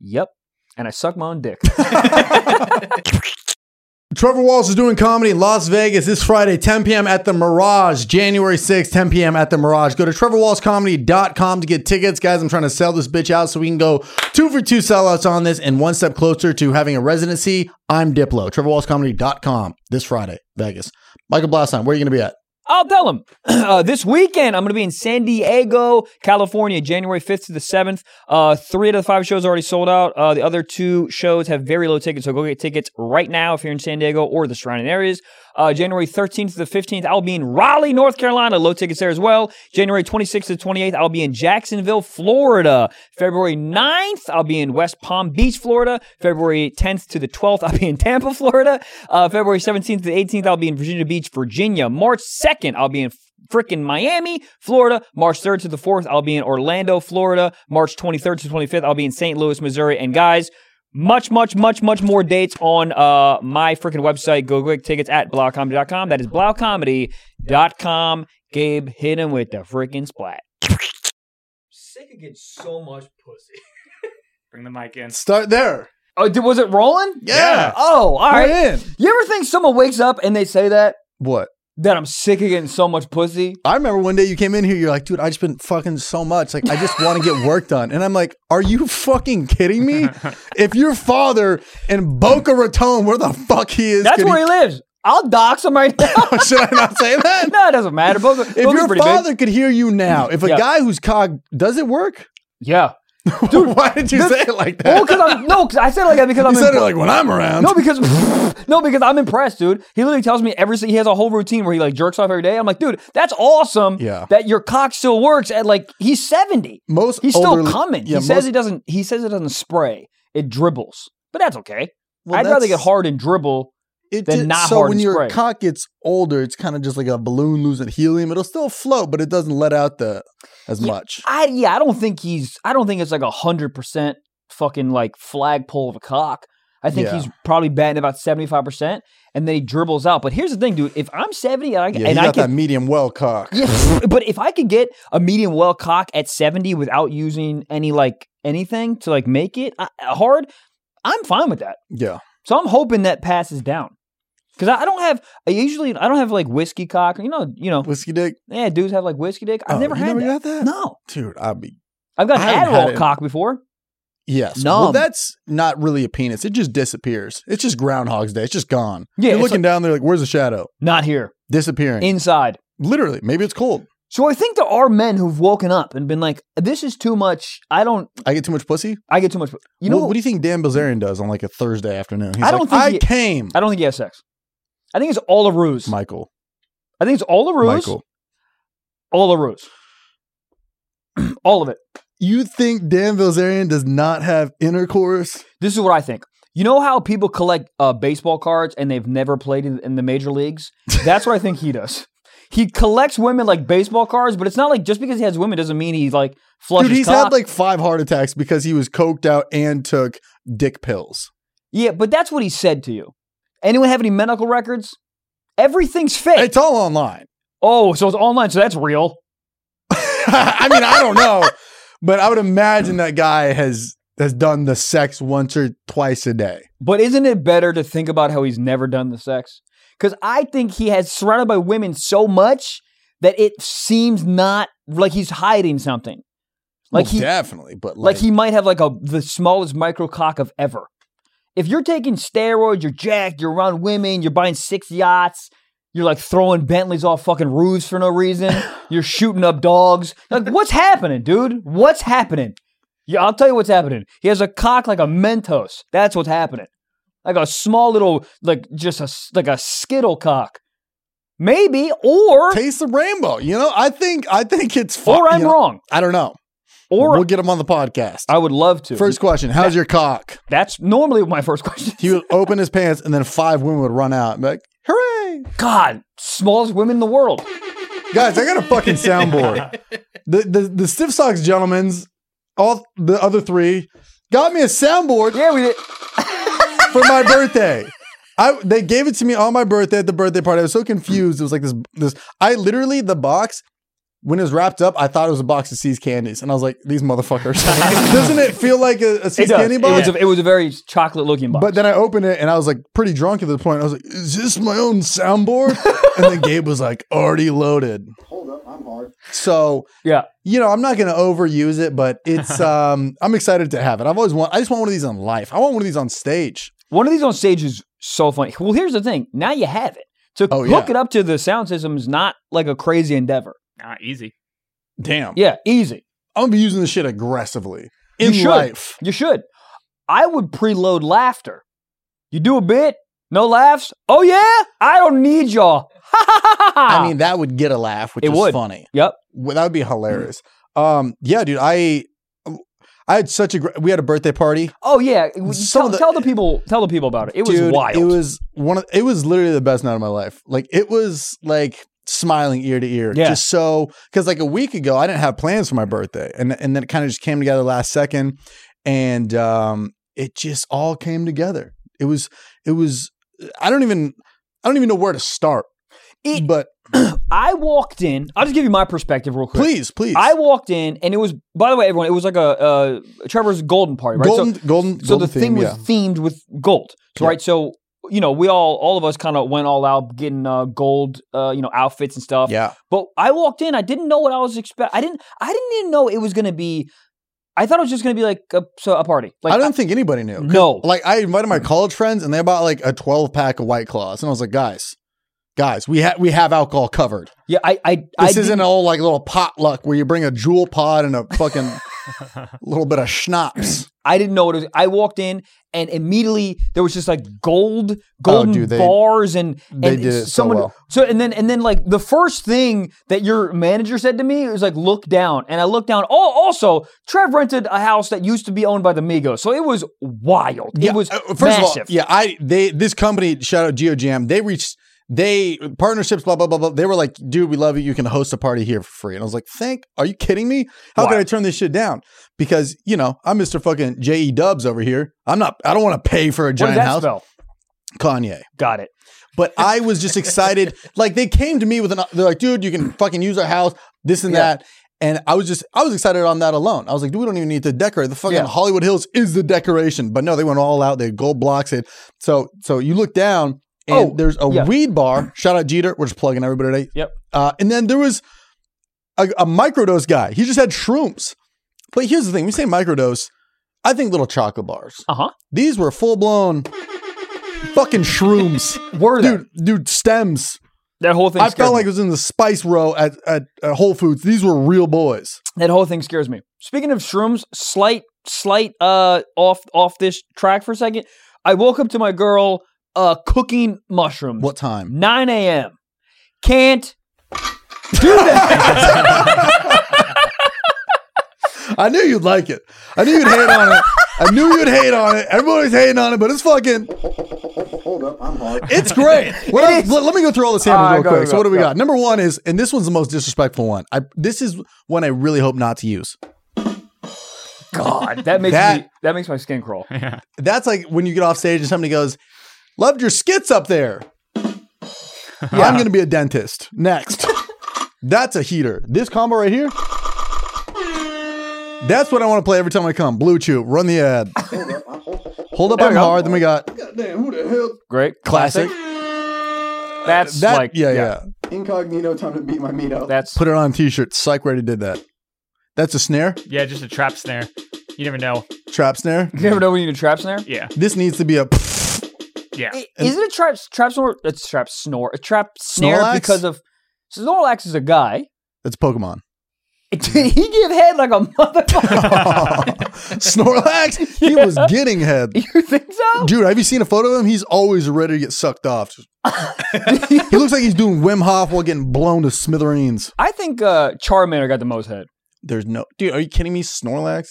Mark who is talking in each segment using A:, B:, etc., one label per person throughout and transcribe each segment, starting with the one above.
A: Yep. And I suck my own dick.
B: Trevor Walls is doing comedy in Las Vegas this Friday, 10 p.m. at the Mirage, January 6th, 10 p.m. at the Mirage. Go to trevorwallscomedy.com to get tickets. Guys, I'm trying to sell this bitch out so we can go two for two sellouts on this and one step closer to having a residency. I'm Diplo. trevorwallscomedy.com this Friday, Vegas. Michael Blastine, where are you going to be at?
A: I'll tell them. Uh, this weekend, I'm going to be in San Diego, California, January 5th to the 7th. Uh, three out of the five shows already sold out. Uh, the other two shows have very low tickets, so go get tickets right now if you're in San Diego or the surrounding areas. Uh, January 13th to the 15th, I'll be in Raleigh, North Carolina. Low tickets there as well. January 26th to 28th, I'll be in Jacksonville, Florida. February 9th, I'll be in West Palm Beach, Florida. February 10th to the 12th, I'll be in Tampa, Florida. Uh, February 17th to the 18th, I'll be in Virginia Beach, Virginia. March 2nd, I'll be in frickin' Miami, Florida. March 3rd to the 4th, I'll be in Orlando, Florida. March 23rd to 25th, I'll be in St. Louis, Missouri. And guys, much, much, much, much more dates on uh, my freaking website. Go click tickets at blaucomedy.com. That is blaucomedy.com. Gabe, hit him with the freaking splat. Sick of getting so much pussy.
C: Bring the mic in.
B: Start there.
A: Oh, did, was it rolling?
B: Yeah.
A: Oh, all right.
B: Right in.
A: You ever think someone wakes up and they say that?
B: What?
A: That I'm sick of getting so much pussy?
B: I remember one day you came in here, you're like, dude, I just been fucking so much. Like, I just want to get work done. And I'm like, are you fucking kidding me? If your father in Boca Raton, where the fuck he is,
A: That's
B: could
A: where he lives. I'll dox him right now.
B: he- should I not say that?
A: no, it doesn't matter. Both,
B: If
A: both are
B: your
A: pretty
B: father could hear you now, if a
A: Yeah.
B: guy who's cog does it work?
A: big. Yeah. Dude,
B: Why did you
A: this-
B: say it like that?
A: Well, because I'm no, 'cause I said it like that because I'm
B: you said it
A: imp-
B: like when I'm around.
A: no because no because I'm impressed, dude. He literally tells me every si- he has a whole routine where he like jerks off every day. I'm like, dude, that's awesome.
B: Yeah.
A: that your cock still works at like he's seventy.
B: most
A: He's still
B: elderly-
A: coming.
B: Yeah,
A: he says
B: most-
A: he doesn't. He says it doesn't spray. It dribbles, but that's okay.
B: well,
A: I'd rather
B: that's-
A: get hard and dribble.
B: It
A: than
B: did-
A: not
B: so
A: hard
B: when
A: and
B: your
A: spray.
B: cock gets older, it's kind of just like a balloon losing helium. It'll still float, but it doesn't let out the as
A: Yeah,
B: much.
A: I yeah, I don't think he's. I don't think it's like a hundred percent fucking like flagpole of a cock. I think
B: Yeah.
A: he's probably batting about seventy five percent, and then he dribbles out. But here's the thing, dude. If I'm seventy and I,
B: Yeah,
A: and
B: he
A: I
B: got
A: can
B: that medium well cock.
A: Yeah, but if I could get a medium well cock at 70 without using any like anything to like make it uh, hard, I'm fine with that.
B: Yeah.
A: So I'm hoping that passes down. Cause I, I don't have I usually I don't have like whiskey cock or you know you know
B: Whiskey dick.
A: yeah dudes have like whiskey dick I've
B: Oh,
A: never
B: you
A: had
B: never
A: that.
B: got that?
A: no
B: Dude, I'd be
A: I've got
B: I
A: an
B: haven't had
A: Adderall
B: it.
A: cock before
B: yes. Well,
A: Numb.
B: that's not really a penis. It just disappears. It's just Groundhog's Day. It's just gone.
A: Yeah,
B: You're
A: it's
B: looking down there like, where's the shadow?
A: not here
B: Disappearing.
A: inside
B: Literally. Maybe it's cold.
A: so I think there are men who've woken up and been like this is too much I don't
B: I get too much pussy.
A: I get too much you know
B: what, what do you think Dan Bilzerian does on like a Thursday afternoon? He's
A: I don't
B: like,
A: think
B: I
A: he-
B: came.
A: I don't think he has sex I think it's all a ruse
B: Michael.
A: I think it's all a ruse
B: Michael.
A: All a ruse. All of it.
B: You think Dan Bilzerian does not have intercourse?
A: This is what I think. You know how people collect uh, baseball cards and they've never played in, in the major leagues? That's what I think he does. He collects women like baseball cards, but it's not like just because he has women doesn't mean he's like flushes.
B: Dude, he's
A: cock.
B: had like five heart attacks because he was coked out and took dick pills.
A: yeah, but that's what he said to you. Anyone have any medical records? Everything's fake.
B: It's all online.
A: oh, so it's online, so that's real.
B: I mean, I don't know, but I would imagine that guy has has done the sex once or twice a day.
A: But isn't it better to think about how he's never done the sex? Because I think he has surrounded by women so much that it seems not like he's hiding something. Like
B: Well,
A: he,
B: definitely, but
A: like
B: like,
A: he might have like a the smallest micro cock of ever. If you're taking steroids, you're jacked, you're around women, you're buying six yachts, you're like throwing Bentleys off fucking roofs for no reason, you're shooting up dogs. Like, what's happening, dude? What's happening? Yeah, I'll tell you what's happening. He has a cock like a Mentos. That's what's happening. Like a small little, like just a s- like a skittle cock, maybe. Or
B: taste the rainbow. You know, I think I think it's fun.
A: or I'm wrong.
B: I don't know.
A: Or
B: we'll get him on the podcast.
A: I would love to.
B: First question: How's your cock?
A: that's normally my first question.
B: He would open his pants, and then five women would run out. and be like, hooray!
A: God, smallest women in the world.
B: Guys, I got a fucking soundboard. The the the stiff socks gentlemen's, all the other three, got me a soundboard
A: Yeah, we did.
B: for my birthday. I they gave it to me on my birthday at the birthday party. I was so confused. It was like this this. I literally the box. When it was wrapped up, I thought it was a box of C's candies, and I was like, "These motherfuckers!" Doesn't it feel like a, a C's
A: does.
B: candy
A: It
B: box?
A: was a, it was a very chocolate looking box.
B: But then I opened it and I was like pretty drunk at the point. I was like, "Is this my own soundboard?" and then Gabe was like, "Already loaded."
D: Hold up, I'm hard.
B: So
A: yeah,
B: you know, I'm not going to overuse it, but it's. um I'm excited to have it. I've always want. I just want one of these on life. I want one of these on stage.
A: one of these on stage is so funny. Well, here's the thing. Now you have it. To
B: Oh,
A: hook
B: yeah.
A: it up to the sound system is not like a crazy endeavor.
C: Not easy.
B: Damn,
A: Yeah, easy.
B: I'm gonna be using this shit aggressively
A: You
B: in
A: should.
B: life.
A: You should. I would preload laughter. You do a bit, no laughs. Oh yeah, I don't need y'all.
B: I mean, that would get a laugh, which
A: Ah. It
B: is
A: would.
B: funny.
A: Yep.
B: Well, that would be hilarious. Um, yeah, dude, I. I had such a gr- we had a birthday party.
A: oh yeah. Tell,
B: Some of the-
A: tell the people. Tell the people about it. It was
B: Dude,
A: wild.
B: It was one of it was literally the best night of my life. Like it was like smiling ear to ear.
A: Yeah.
B: Just so because like a week ago I didn't have plans for my birthday. And and then it kind of just came together last second. And um it just all came together. It was it was I don't even I don't even know where to start.
A: It-
B: but
A: I walked in. I'll just give you my perspective real quick.
B: please, please.
A: I walked in, and it was. By the way, everyone, it was like a uh, Trevor's golden party, right? So-
B: golden golden
A: so
B: golden
A: the thing
B: theme,
A: was
B: yeah.
A: themed with gold so,
B: Yeah.
A: right so you know we all all of us kind of went all out getting uh, gold uh, you know outfits and stuff
B: yeah.
A: but i walked in i didn't know what i was expect i didn't i didn't even know it was gonna be i thought it was just gonna be like a, so a party like
B: I don't think anybody knew. 'Cause,
A: No.
B: Like I invited my college friends and they bought like a 12 pack of White Claws. And I was like, guys, guys, we have we have alcohol covered.
A: yeah i i, I
B: This isn't
A: didn't-
B: an old like little potluck where you bring a jewel pod and a fucking little bit of schnapps.
A: I didn't know what it was. I walked in and immediately there was just like gold, golden
B: Oh, dude, they-
A: bars and, and
B: they did it so
A: someone.
B: well.
A: so and then and then like the first thing that your manager said to me was like, look down. And I looked down. Oh, also, Trev rented a house that used to be owned by the Migos. So it was wild. it was
B: uh, first
A: massive.
B: of all, yeah, I they this company shout out GeoJam. They reached they partnerships blah blah blah blah. They were like, dude, we love you. You can host a party here for free. And I was like, thank. Are you kidding me? How could
A: Wow.
B: I turn this shit down? Because you know I'm Mr. Fucking J E Dubs over here. I'm not. I don't want to pay for
A: what
B: a
A: does
B: giant
A: that
B: house.
A: spell?
B: Kanye.
A: Got it.
B: But I was just excited. like they came to me with an, they're like, dude, you can fucking use our house, this and
A: Yeah.
B: that. And I was just, I was excited on that alone. I was like, dude, we don't even need to decorate. The fucking
A: Yeah.
B: Hollywood Hills is the decoration. But no, they went all out. They had gold blocks it. So, so you look down and
A: Oh,
B: there's a
A: yeah.
B: weed bar. Shout out Jeter. We're just plugging everybody today.
A: Yep.
B: Uh, and then there was a, a microdose guy. He just had shrooms. But here's the thing. When you say microdose, I think little chocolate bars.
A: Uh-huh.
B: These were full blown fucking shrooms
A: Were there?
B: dude, dude, stems.
A: that whole thing
B: I
A: scared
B: felt
A: me.
B: like it was in the spice row at, at, at Whole Foods. These were real boys.
A: That whole thing scares me. Speaking of shrooms, slight, slight, uh, off, off this track for a second. I woke up to my girl, uh, cooking mushrooms.
B: What time?
A: 9 a.m. Can't do that.
B: I knew you'd like it. I knew you'd hate on it. I knew you'd hate on it. Everybody's hating on it, but it's fucking,
D: Hold up, I'm hard.
B: it's great. What
A: It
B: else-
A: is.
B: let, let me go through all the samples
A: All right,
B: real
A: go,
B: quick.
A: go,
B: so what do we
A: go.
B: got? Number one is, and this one's the most disrespectful one. I this is one I really hope not to use.
A: God, that makes
B: Oh That-
A: me that makes my skin crawl.
B: That's like when you get off stage and somebody goes, "Loved your skits up there." I'm gonna be a dentist next. That's a heater. This combo right here. That's what I want to play every time I come. Blue Chew, run the ad.
D: Hold up, I'm hard.
B: Hold up,
A: There
B: I'm
A: we go.
B: hard. Then we got
D: Goddamn, who the hell?
A: Great
B: classic.
A: That's
B: That,
A: like
B: yeah, yeah.
D: Incognito, time to beat my meat out.
A: That's
B: Put it on a t-shirt. Psych already did that. That's a snare,
C: Yeah, just a trap snare. You never know.
B: trap snare.
A: you never know when you do traps in there.
C: Yeah,
B: This needs to be a.
C: yeah.
A: I- Is it a trap trap snore? It's trap snore. A trap snare
B: Snorlax?
A: because of Snorlax is a guy.
B: That's Pokemon.
A: Did he give head like a motherfucker?
B: Snorlax. He was getting head.
A: you think so?
B: Dude, have you seen a photo of him? He's always ready to get sucked off. he looks like he's doing Wim Hof while getting blown to smithereens.
A: I think uh, Charmander got the most head.
B: There's no dude. Are you kidding me? Snorlax.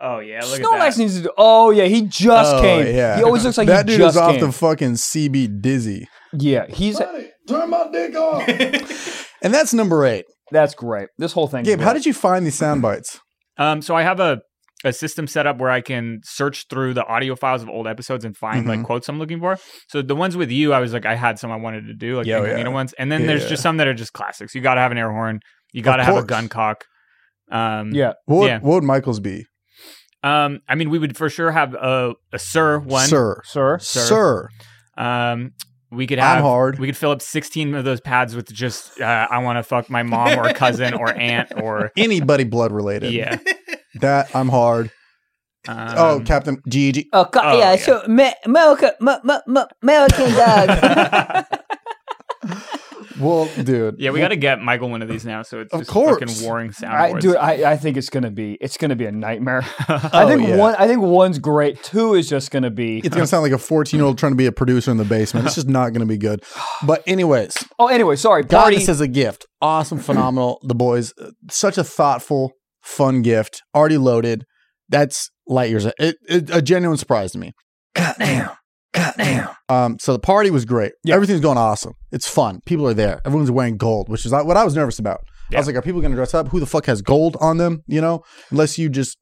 C: Oh yeah, look
A: Snorlax
C: at that.
A: needs to. Do, oh yeah, he just
B: Oh,
A: came.
B: yeah.
A: He always looks like
B: that
A: he
B: dude
A: just
B: is off
A: came.
B: the fucking CB dizzy.
A: yeah, he's
D: Buddy, turn my dick off.
B: And that's number eight.
A: that's great. This whole thing.
B: Gabe, how did you find these sound bites?
C: Um, so I have a a system set up where I can search through the audio files of old episodes and find
B: Mhm.
C: like quotes I'm looking for. So the ones with you, I was like, I had some I wanted to do, like
B: Yeah,
C: yeah,
B: oh,
C: the
B: yeah.
C: Nina ones, and then
B: Yeah.
C: there's just some that are just classics. You got to have an air horn. You got to have a
B: course.
C: gun cock. Um,
A: Yeah.
B: What, would-
C: Yeah.
B: what would Michael's be?
C: Um, I mean, we would for sure have a, a sir one.
B: Sir.
A: sir.
C: Sir.
B: Sir.
C: Um, we could
B: I'm
C: have.
B: hard.
C: We could fill up 16 of those pads with just uh, I want to fuck my mom or cousin or aunt or
B: Anybody blood related.
C: yeah.
B: That I'm hard.
C: Um,
B: oh, Captain Gigi.
A: Oh, co-
C: Oh,
A: yeah,
C: yeah.
A: sure. Me- America, m- m- m- American dog.
B: Well, dude.
C: yeah, we got to get Michael one of these now. So it's
B: Of
C: just
B: course.
C: fucking warring soundboards.
A: I, dude, I, I think it's gonna be it's gonna be a nightmare. I
B: Oh,
A: think
B: yeah.
A: one I think one's great. Two is just gonna be.
B: It's gonna sound like a 14 year old trying to be a producer in the basement. It's just not gonna be good. But anyways,
A: oh, anyway, sorry.
B: got
A: Party.
B: this as a gift. Awesome, phenomenal. The boys, uh, such a thoughtful, fun gift. Already loaded. That's light years. It, it, a genuine surprise to me.
A: damn. God damn.
B: Um, so the party was great.
A: Yeah.
B: Everything's going awesome. It's fun. People are there. Everyone's wearing gold, which is not- what I was nervous about. I
C: Yeah.
B: was like, are people going to dress up? Who the fuck has gold on them? You know, unless you just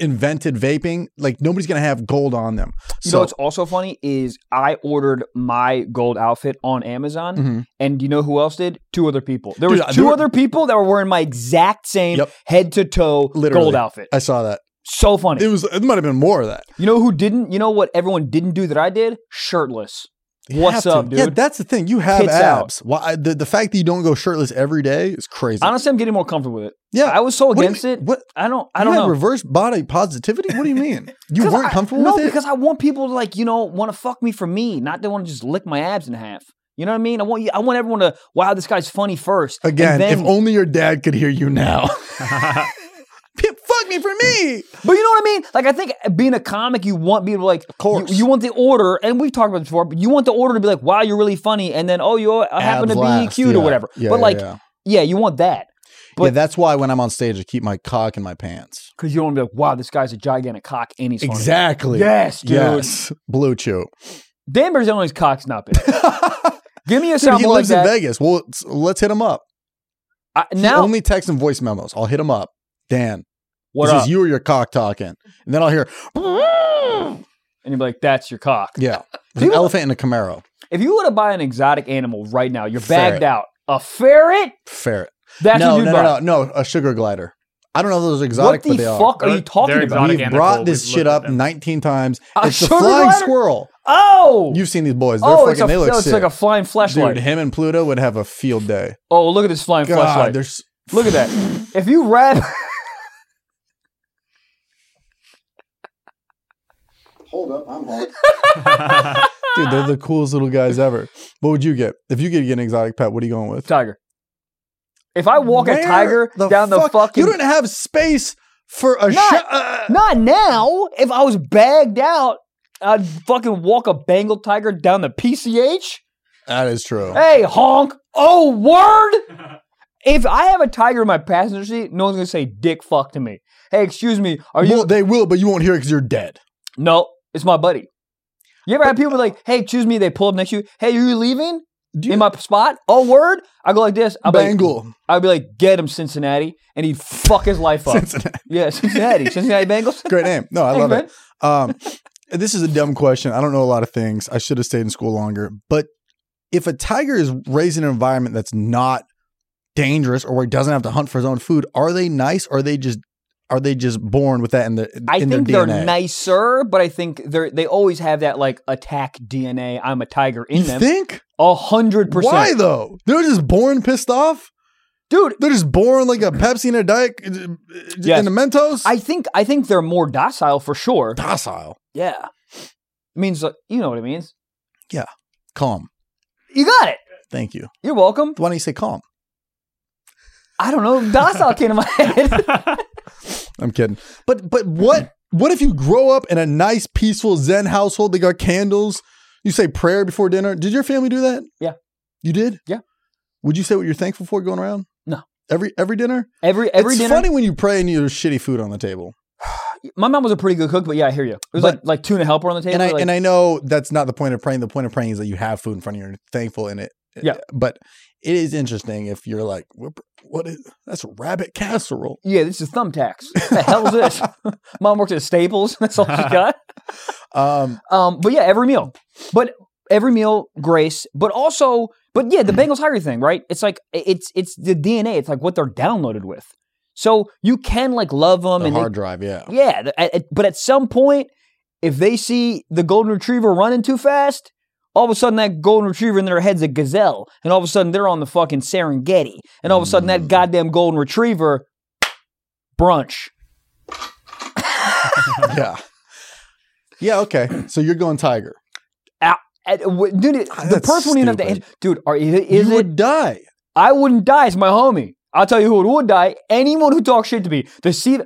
B: invented vaping, like nobody's going to have gold on them.
A: You
B: so
A: know what's also funny is I ordered my gold outfit on Amazon,
B: Mhm.
A: and you know who else did? Two other people. There
B: Dude,
A: was
B: there
A: two
B: were-
A: other people that were wearing my exact same
B: Yep.
A: head to toe
B: Literally.
A: gold outfit.
B: I saw that.
A: So funny.
B: It was. It might have been more of that.
A: you know who didn't? You know what everyone didn't do that I did? Shirtless.
B: You
A: What's
B: have to.
A: up, dude?
B: Yeah, that's the thing. You have
A: Tits out.
B: abs. Why the, the fact that you don't go shirtless every day is crazy.
A: Honestly, I'm getting more comfortable with it.
B: yeah,
A: I was so
B: What do you
A: against
B: mean-
A: it.
B: What?
A: I don't. I
B: you
A: don't
B: had
A: know.
B: Reverse body positivity. What do you mean? You
A: 'Cause
B: weren't
A: I-
B: comfortable
A: no,
B: with it.
A: because I want people to like you know want to fuck me for me, not they want to just lick my abs in half. You know what I mean? I want you. I want everyone to wow. This guy's funny first. and
B: Again,
A: then-
B: if only your dad could hear you now. Fuck me for me.
A: But you know what I mean? Like I think being a comic, you want people like of
B: course.
A: You, you want the order, and we've talked about this before. But you want the order to be like, "Wow, you're really funny," and then, "Oh, you are- I happen
B: Abs
A: to be
B: last,
A: cute
B: yeah.
A: or whatever."
B: Yeah,
A: but
B: yeah,
A: like, yeah.
B: yeah.
A: you want that but-
B: Yeah, that's why when I'm on stage, I keep my cock in my pants.
A: because you don't want to be like, "Wow, this guy's a gigantic cock," and he's funny.
B: Exactly.
A: Yes, dude.
B: Yes. Blue Chew.
A: Dan Barzello's cock's not big. Give me a
B: Dude,
A: sound
B: he
A: like
B: lives in
A: that.
B: Vegas. Well, let's- let's hit him up.
A: I,
B: He
A: now,
B: only text and voice memos. I'll hit him up. Dan,
A: what
B: this
A: up?
B: is you or your cock talking. And then I'll hear,
A: and you'd be like, "That's your cock."
B: yeah, there's an
A: People-
B: elephant and a Camaro.
A: If you were to buy an exotic animal right now, you're
B: Ferret.
A: bagged out. A ferret?
B: Ferret.
A: That's
B: no,
A: what you
B: no,
A: buy.
B: no, no, no, a sugar glider. I don't know if those are exotic,
A: what
B: but
A: the
B: they
A: fuck are,
C: They're-
A: you talking about?
B: are.
C: they're exotic.
B: We've
C: Organic
B: brought
C: bowl.
B: this
C: We've
B: shit
C: looked at
B: up
C: them.
B: 19 times.
A: A
B: it's the
A: sugar
B: flying
A: glider?
B: squirrel.
A: Oh,
B: You've seen these boys. They're
A: oh,
B: fucking,
A: it's, a,
B: they look
A: it's
B: sick.
A: like a flying flashlight.
B: Dude, him and Pluto would have a field day.
A: Oh, look at this flying
B: God,
A: flashlight.
B: there's
A: Look at that. If you wrap,
D: Hold up, I'm hard.
B: dude, they're the coolest little guys ever. What would you get if you could get an exotic pet? What are you going with?
A: tiger. If I walk a
B: Where
A: tiger down the
B: fuck-
A: fucking.
B: You don't have space for a
A: Not-
B: shot. Uh,
A: Not now. If I was bagged out, I'd fucking walk a Bengal tiger down the PCH.
B: that is true.
A: Hey, honk. Oh, word. If I have a tiger in my passenger seat, no one's going to say dick fuck to me. Hey, excuse me. Are you.
B: well, they will, but you won't hear it because you're dead.
A: no, it's my buddy. You ever have people like, hey, excuse me, they pull up next to you. Hey, are you leaving?
B: Do you-
A: in my spot? Oh, word. I go like this. I'll be like,
B: Bengal.
A: I'd be like, get him, Cincinnati. And he'd fuck his life up.
B: Cincinnati.
A: Yeah, Cincinnati. Cincinnati Bengals.
B: Great name. No, I
A: Hey,
B: love
A: man.
B: it. Um, this is a dumb question. I don't know a lot of things. I should have stayed in school longer. But if a tiger is raised in an environment that's not dangerous or where he doesn't have to hunt for his own food, are they nice? Or are they just are they just born with that in their
A: I
B: in
A: think
B: their
A: they're
B: DNA?
A: nicer, but I think they're they always have that like attack DNA. I'm a tiger in
B: you
A: them.
B: think?
A: A hundred
B: Why
A: percent.
B: though? They're just born pissed off.
A: Dude,
B: They're just born like a Pepsi and a Diet uh, uh,
A: Yes.
B: and a Mentos.
A: I think I think they're more docile for sure.
B: docile,
A: Yeah. Means like, you know what it means.
B: calm.
A: You got it.
B: Thank you.
A: You're welcome.
B: Why don't you say calm?
A: I don't know. Docile came to my head.
B: I'm kidding. But but what what if you grow up in a nice peaceful Zen household? They got candles. You say prayer before dinner. Did your family do that?
A: Yeah.
B: You did.
A: Yeah.
B: Would you say what you're thankful for going around?
A: No.
B: Every every dinner.
A: Every every
B: it's
A: dinner.
B: funny when you pray and there's shitty food on the table.
A: My mom was a pretty good cook, but yeah, I hear you. It was
B: But-
A: like like tuna helper on the table.
B: and I
A: like-
B: and I know that's not the point of praying. The point of praying is that you have food in front of you. and You're thankful in it.
A: Yeah.
B: But it is interesting if you're like, what, what is that's rabbit casserole?
A: yeah, this is thumbtacks. What the hell is this? Mom works at Staples. That's all she got.
B: Um,
A: Um, but yeah, every meal. But every meal, grace. But also, But yeah, the Bengals hire thing, right? It's like it's it's the DNA. It's like what they're downloaded with. So you can like love them
B: The
A: and they-
B: hard drive, yeah.
A: yeah, th- at- at- but at some point, if they see the golden retriever running too fast, all of a sudden that golden retriever in their head's a gazelle, and all of a sudden they're on the fucking Serengeti, and all of a sudden
B: Mm.
A: that goddamn golden retriever brunch.
B: yeah. Yeah, okay. So you're going Tiger.
A: At- w- dude, it- the
B: That's
A: person wouldn't even have to
B: stupid.
A: answer. Dude, are, is, is
B: you
A: it?
B: would die.
A: I wouldn't die. It's my homie. I'll tell you who it would die. Anyone who talks shit to me. The see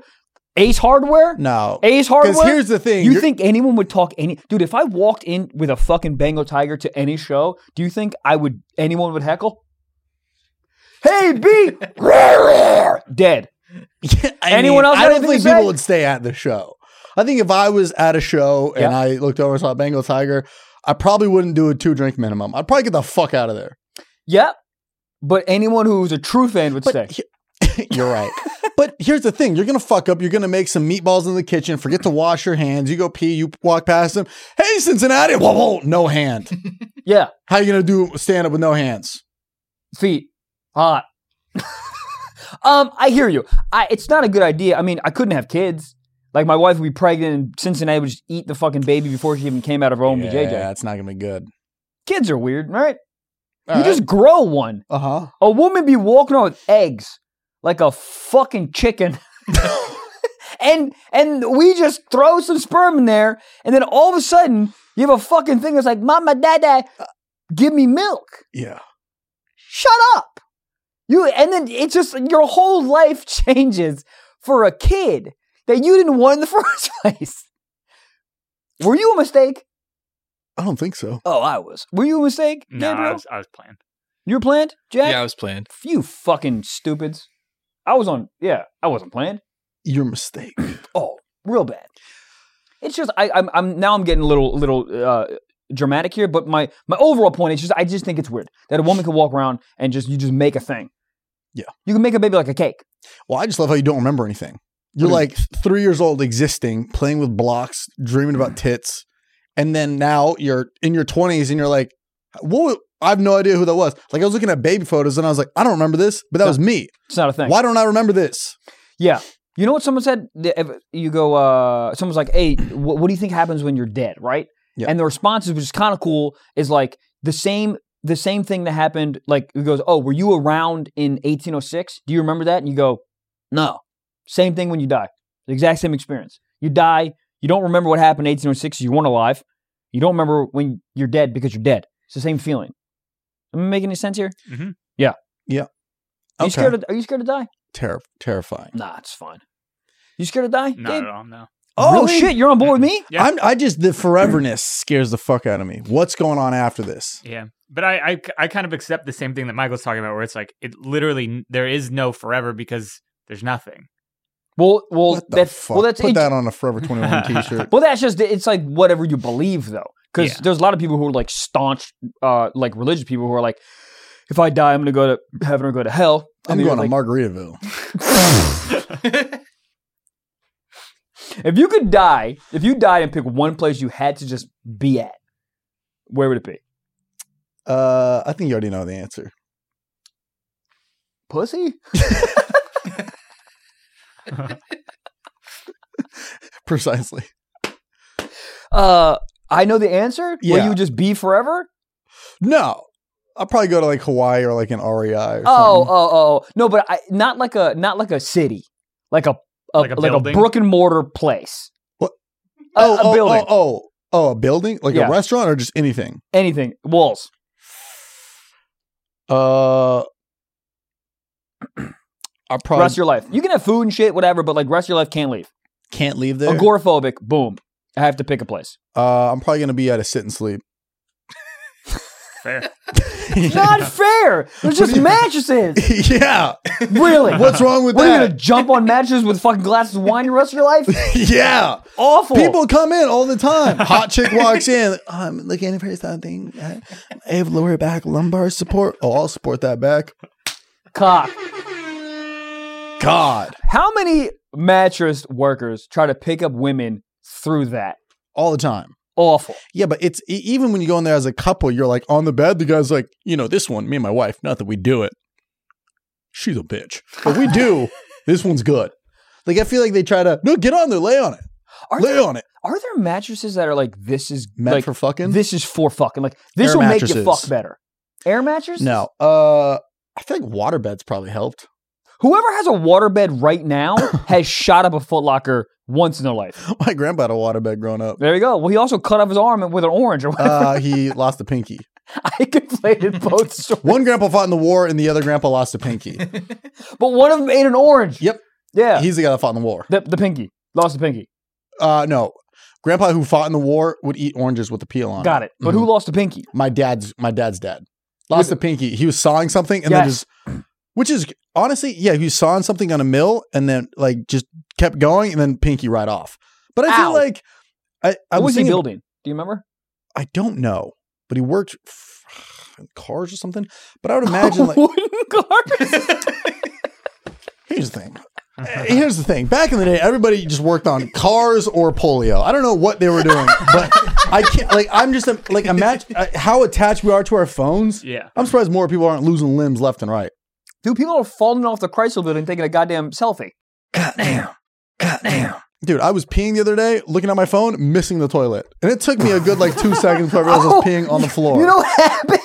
A: Ace Hardware.
B: No.
A: Ace
B: Because
A: Hardware.
B: here's the thing.
A: You
B: you're-
A: think anyone would talk any dude? If I walked in with a fucking Bengal tiger to any show, do you think I would? Anyone would heckle? Hey, B, dead.
B: Yeah, I
A: Anyone else
B: I
A: have
B: don't
A: anything
B: think
A: to
B: people
A: say?
B: would stay at the show. I think if I was at a show and
A: Yeah.
B: I looked over and saw a Bengal Tiger, I probably wouldn't do a two drink minimum. I'd probably get the fuck out of there.
A: Yep. But anyone who's a true fan would say,
B: But he- you're right. but here's the thing: you're gonna fuck up. You're gonna make some meatballs in the kitchen. Forget to wash your hands. You go pee. You walk past them. Hey, Cincinnati! Whoa, whoa, no hand.
A: "Yeah,
B: How you gonna do stand up with no hands?
A: feet hot." um, I hear you. I it's not a good idea. I mean, I couldn't have kids. Like my wife would be pregnant, and Cincinnati would just eat the fucking baby before she even came out of her own
B: yeah,
A: vajayjay.
B: it's not gonna be good.
A: Kids are weird, right? you just "Uh-huh." grow one.
B: uh huh.
A: A woman be walking around with eggs like a fucking chicken. and and we just throw some sperm in there, and then all of a sudden you have a fucking thing that's like, Mama, Dada, give me milk.
B: Yeah.
A: Shut up. You and then it's just your whole life changes for a kid that you didn't want in the first place. Were you a mistake?
B: I don't think so.
A: Oh, I was. Were you a mistake,
C: No, I
A: Gabriel?
C: was, I was playing.
A: you were planned, Jack?
E: Yeah, I was planned.
A: You fucking stupids. I was on, yeah, I wasn't playing.
B: Your mistake.
A: Oh, real bad. It's just I, I'm, I'm now I'm getting a little, little uh, dramatic here, but my, my overall point is just I just think it's weird that a woman can walk around and just you just make a thing.
B: Yeah.
A: you can make a baby like a cake.
B: Well, I just love how you don't remember anything. You're
A: What
B: like three years old, existing, playing with blocks, dreaming
A: Mm.
B: about tits, and then now you're in your 20s and you're like, "What? I have no idea who that was." Like I was looking at baby photos and I was like, "I don't remember this, but that
A: No.
B: was me.
A: It's not a thing.
B: Why don't I remember this?"
A: Yeah. You know what someone said? The- if You go, uh, someone's like, hey, wh- what do you think happens when you're dead, right?
B: Yeah.
A: And the response, is, which is kind of cool, is like the same the same thing that happened. Like, it goes, oh, were you around in 1806? Do you remember that? And you go, no. Same thing when you die. The exact same experience. You die, you don't remember what happened in 1806, you weren't alive. You don't remember when you're dead because you're dead. It's the same feeling. Am I making any sense here?
C: Mhm.
A: Yeah. Are you,
B: Mm-hmm. Okay.
A: scared of, are you scared to die?
B: Terri- terrifying.
A: Nah, it's fine. You scared to die?
C: Not
A: Gabe?
C: at all. No.
A: Oh
B: Really?
A: shit, you're on board with me?
C: Yeah.
B: I'm, I just the foreverness scares the fuck out of me. What's going on after this?
C: Yeah. But I, I, I kind of accept the same thing that Michael's talking about, where it's like it literally there is no forever because there's nothing.
A: Well, well,
B: what the
A: that's
B: fuck?
A: well, that's
B: Put
A: it-
B: that on a Forever 21 t-shirt.
A: well, that's just it's like whatever you believe though, because
C: Yeah.
A: there's a lot of people who are like staunch, uh, like religious people who are like, if I die, I'm gonna go to heaven or go to hell.
B: I'm
A: And you're
B: going to Margaritaville.
A: like, If you could die, if you died and pick one place you had to just be at, where would it be?
B: Uh, I think you already know the answer.
A: Pussy.
B: Precisely.
A: Uh, I know the answer. Where
B: Yeah.
A: you would just be forever?
B: No. I'll probably go to like Hawaii or like an REI or
A: Oh,
B: something.
A: oh, oh, oh. no, but I, not like a not like a city, like a, a like
C: Like a
A: a,
C: building?
A: brick and mortar place.
B: What?
A: A, a building,
B: Oh, oh, oh, a building? Like
A: Yeah.
B: a restaurant or just anything?
A: anything, walls.
B: Uh I probably
A: Rest of your life. You can have food and shit, whatever, but like rest of your life can't leave.
B: can't leave there.
A: Agoraphobic. Boom. I have to pick a place.
B: uh, I'm probably gonna be at a sit and sleep.
C: Fair.
A: Not fair. There's just mattresses.
B: yeah.
A: Really?
B: What's wrong with
A: What are you
B: that?
A: gonna jump on mattresses with fucking glasses of wine the rest of your life?
B: yeah.
A: Awful.
B: People come in all the time. Hot chick walks in. "Um, I'm looking for something. I Uh, I have lower back lumbar support. Oh, I'll support that back.
A: cock.
B: God.
A: How many mattress workers try to pick up women through that?
B: All the time.
A: awful.
B: Yeah, but it's e- even when you go in there as a couple, you're like on the bed. The guy's like, you know, this one, me and my wife. Not that we do it. She's a bitch, but we do. this one's good. Like I feel like they try to no get on there, lay on it,
A: Are
B: lay
A: there,
B: on it.
A: are there mattresses that are like this is
B: Meant
A: like
B: for fucking.
A: this is for fucking like this
B: Air
A: will make
B: mattresses.
A: you fuck better? Air mattresses?
B: no, uh, I feel like water beds probably helped.
A: Whoever has a waterbed right now has shot up a footlocker once in their life.
B: My grandpa had a water bed growing up.
A: There you go. Well, he also cut off his arm with an orange or whatever.
B: Uh, he lost a pinky.
A: I conflated both stories.
B: One grandpa fought in the war, and the other grandpa lost a pinky.
A: But one of them ate an orange.
B: Yep.
A: Yeah.
B: He's the guy that fought in the war.
A: the, the pinky. Lost the pinky.
B: Uh, no, grandpa who fought in the war would eat oranges with the peel on. Mm-hmm.
A: Got it. But who lost the pinky?
B: my dad's my dad's dad lost a pinky. He was sawing something and then
A: Yes.
B: just, which is honestly, yeah, he was sawing something on a mill and then like just kept going and then pinky right off. But I feel
A: Ow.
B: like I, I
A: What was
B: was
A: he
B: thinking,
A: building? Do you remember?
B: I don't know, but he worked f- in cars or something. But I would imagine like
A: Wooden cars.
B: here's the thing. Eh, Here's the thing. Back in the day, everybody just worked on cars or polio. I don't know what they were doing, but I can't. Like, I'm just like imagine uh, how attached we are to our phones.
C: Yeah.
B: I'm surprised more people aren't losing limbs left and right.
A: Dude, people are falling off the Chrysler building taking a goddamn selfie. Goddamn. Goddamn.
B: Dude, I was peeing the other day, looking at my phone, missing the toilet. And it took me a good like two seconds before I realized I was
A: Oh,
B: peeing on the floor.
A: You know what happened?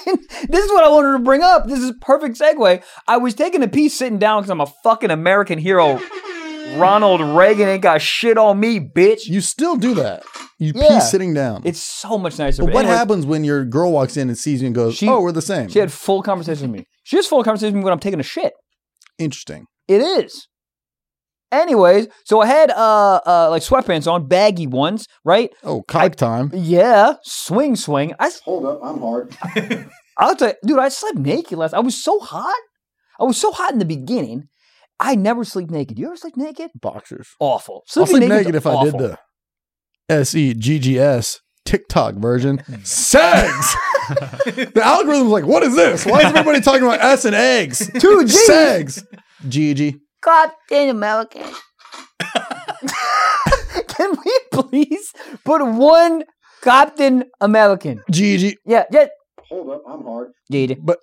A: This is what I wanted to bring up. This is a perfect segue. I was taking a pee sitting down because I'm a fucking American hero. Ronald Reagan ain't got shit on me, bitch.
B: you still do that. You
A: Yeah.
B: pee sitting down.
A: It's so much nicer.
B: but what
A: anyway,
B: happens when your girl walks in and sees you and goes,
A: She-
B: Oh, we're the same?
A: She had full conversation with me. She has full conversation with me when I'm taking a shit.
B: Interesting.
A: It is. Anyways, so I had uh, uh like sweatpants on, baggy ones, right?
B: Oh, cock time.
A: Yeah, swing, swing. I
D: Hold up, I'm hard.
A: I'll tell you, dude, I slept naked last. I was so hot. I was so hot in the beginning. I never sleep naked. You ever sleep naked?
B: Boxers.
A: Awful.
B: I'll
A: Sleeping
B: sleep naked
A: naked's
B: if I did
A: awful.
B: the S E G G S TikTok version. Segs. the algorithm's like, what is this? Why is everybody talking about S and eggs?
A: Two G's.
B: Segs. GG.
E: Captain America.
A: Can we please put one Captain American?
B: GG.
A: Yeah, yeah,
D: Hold up, I'm hard.
A: dude.
B: But-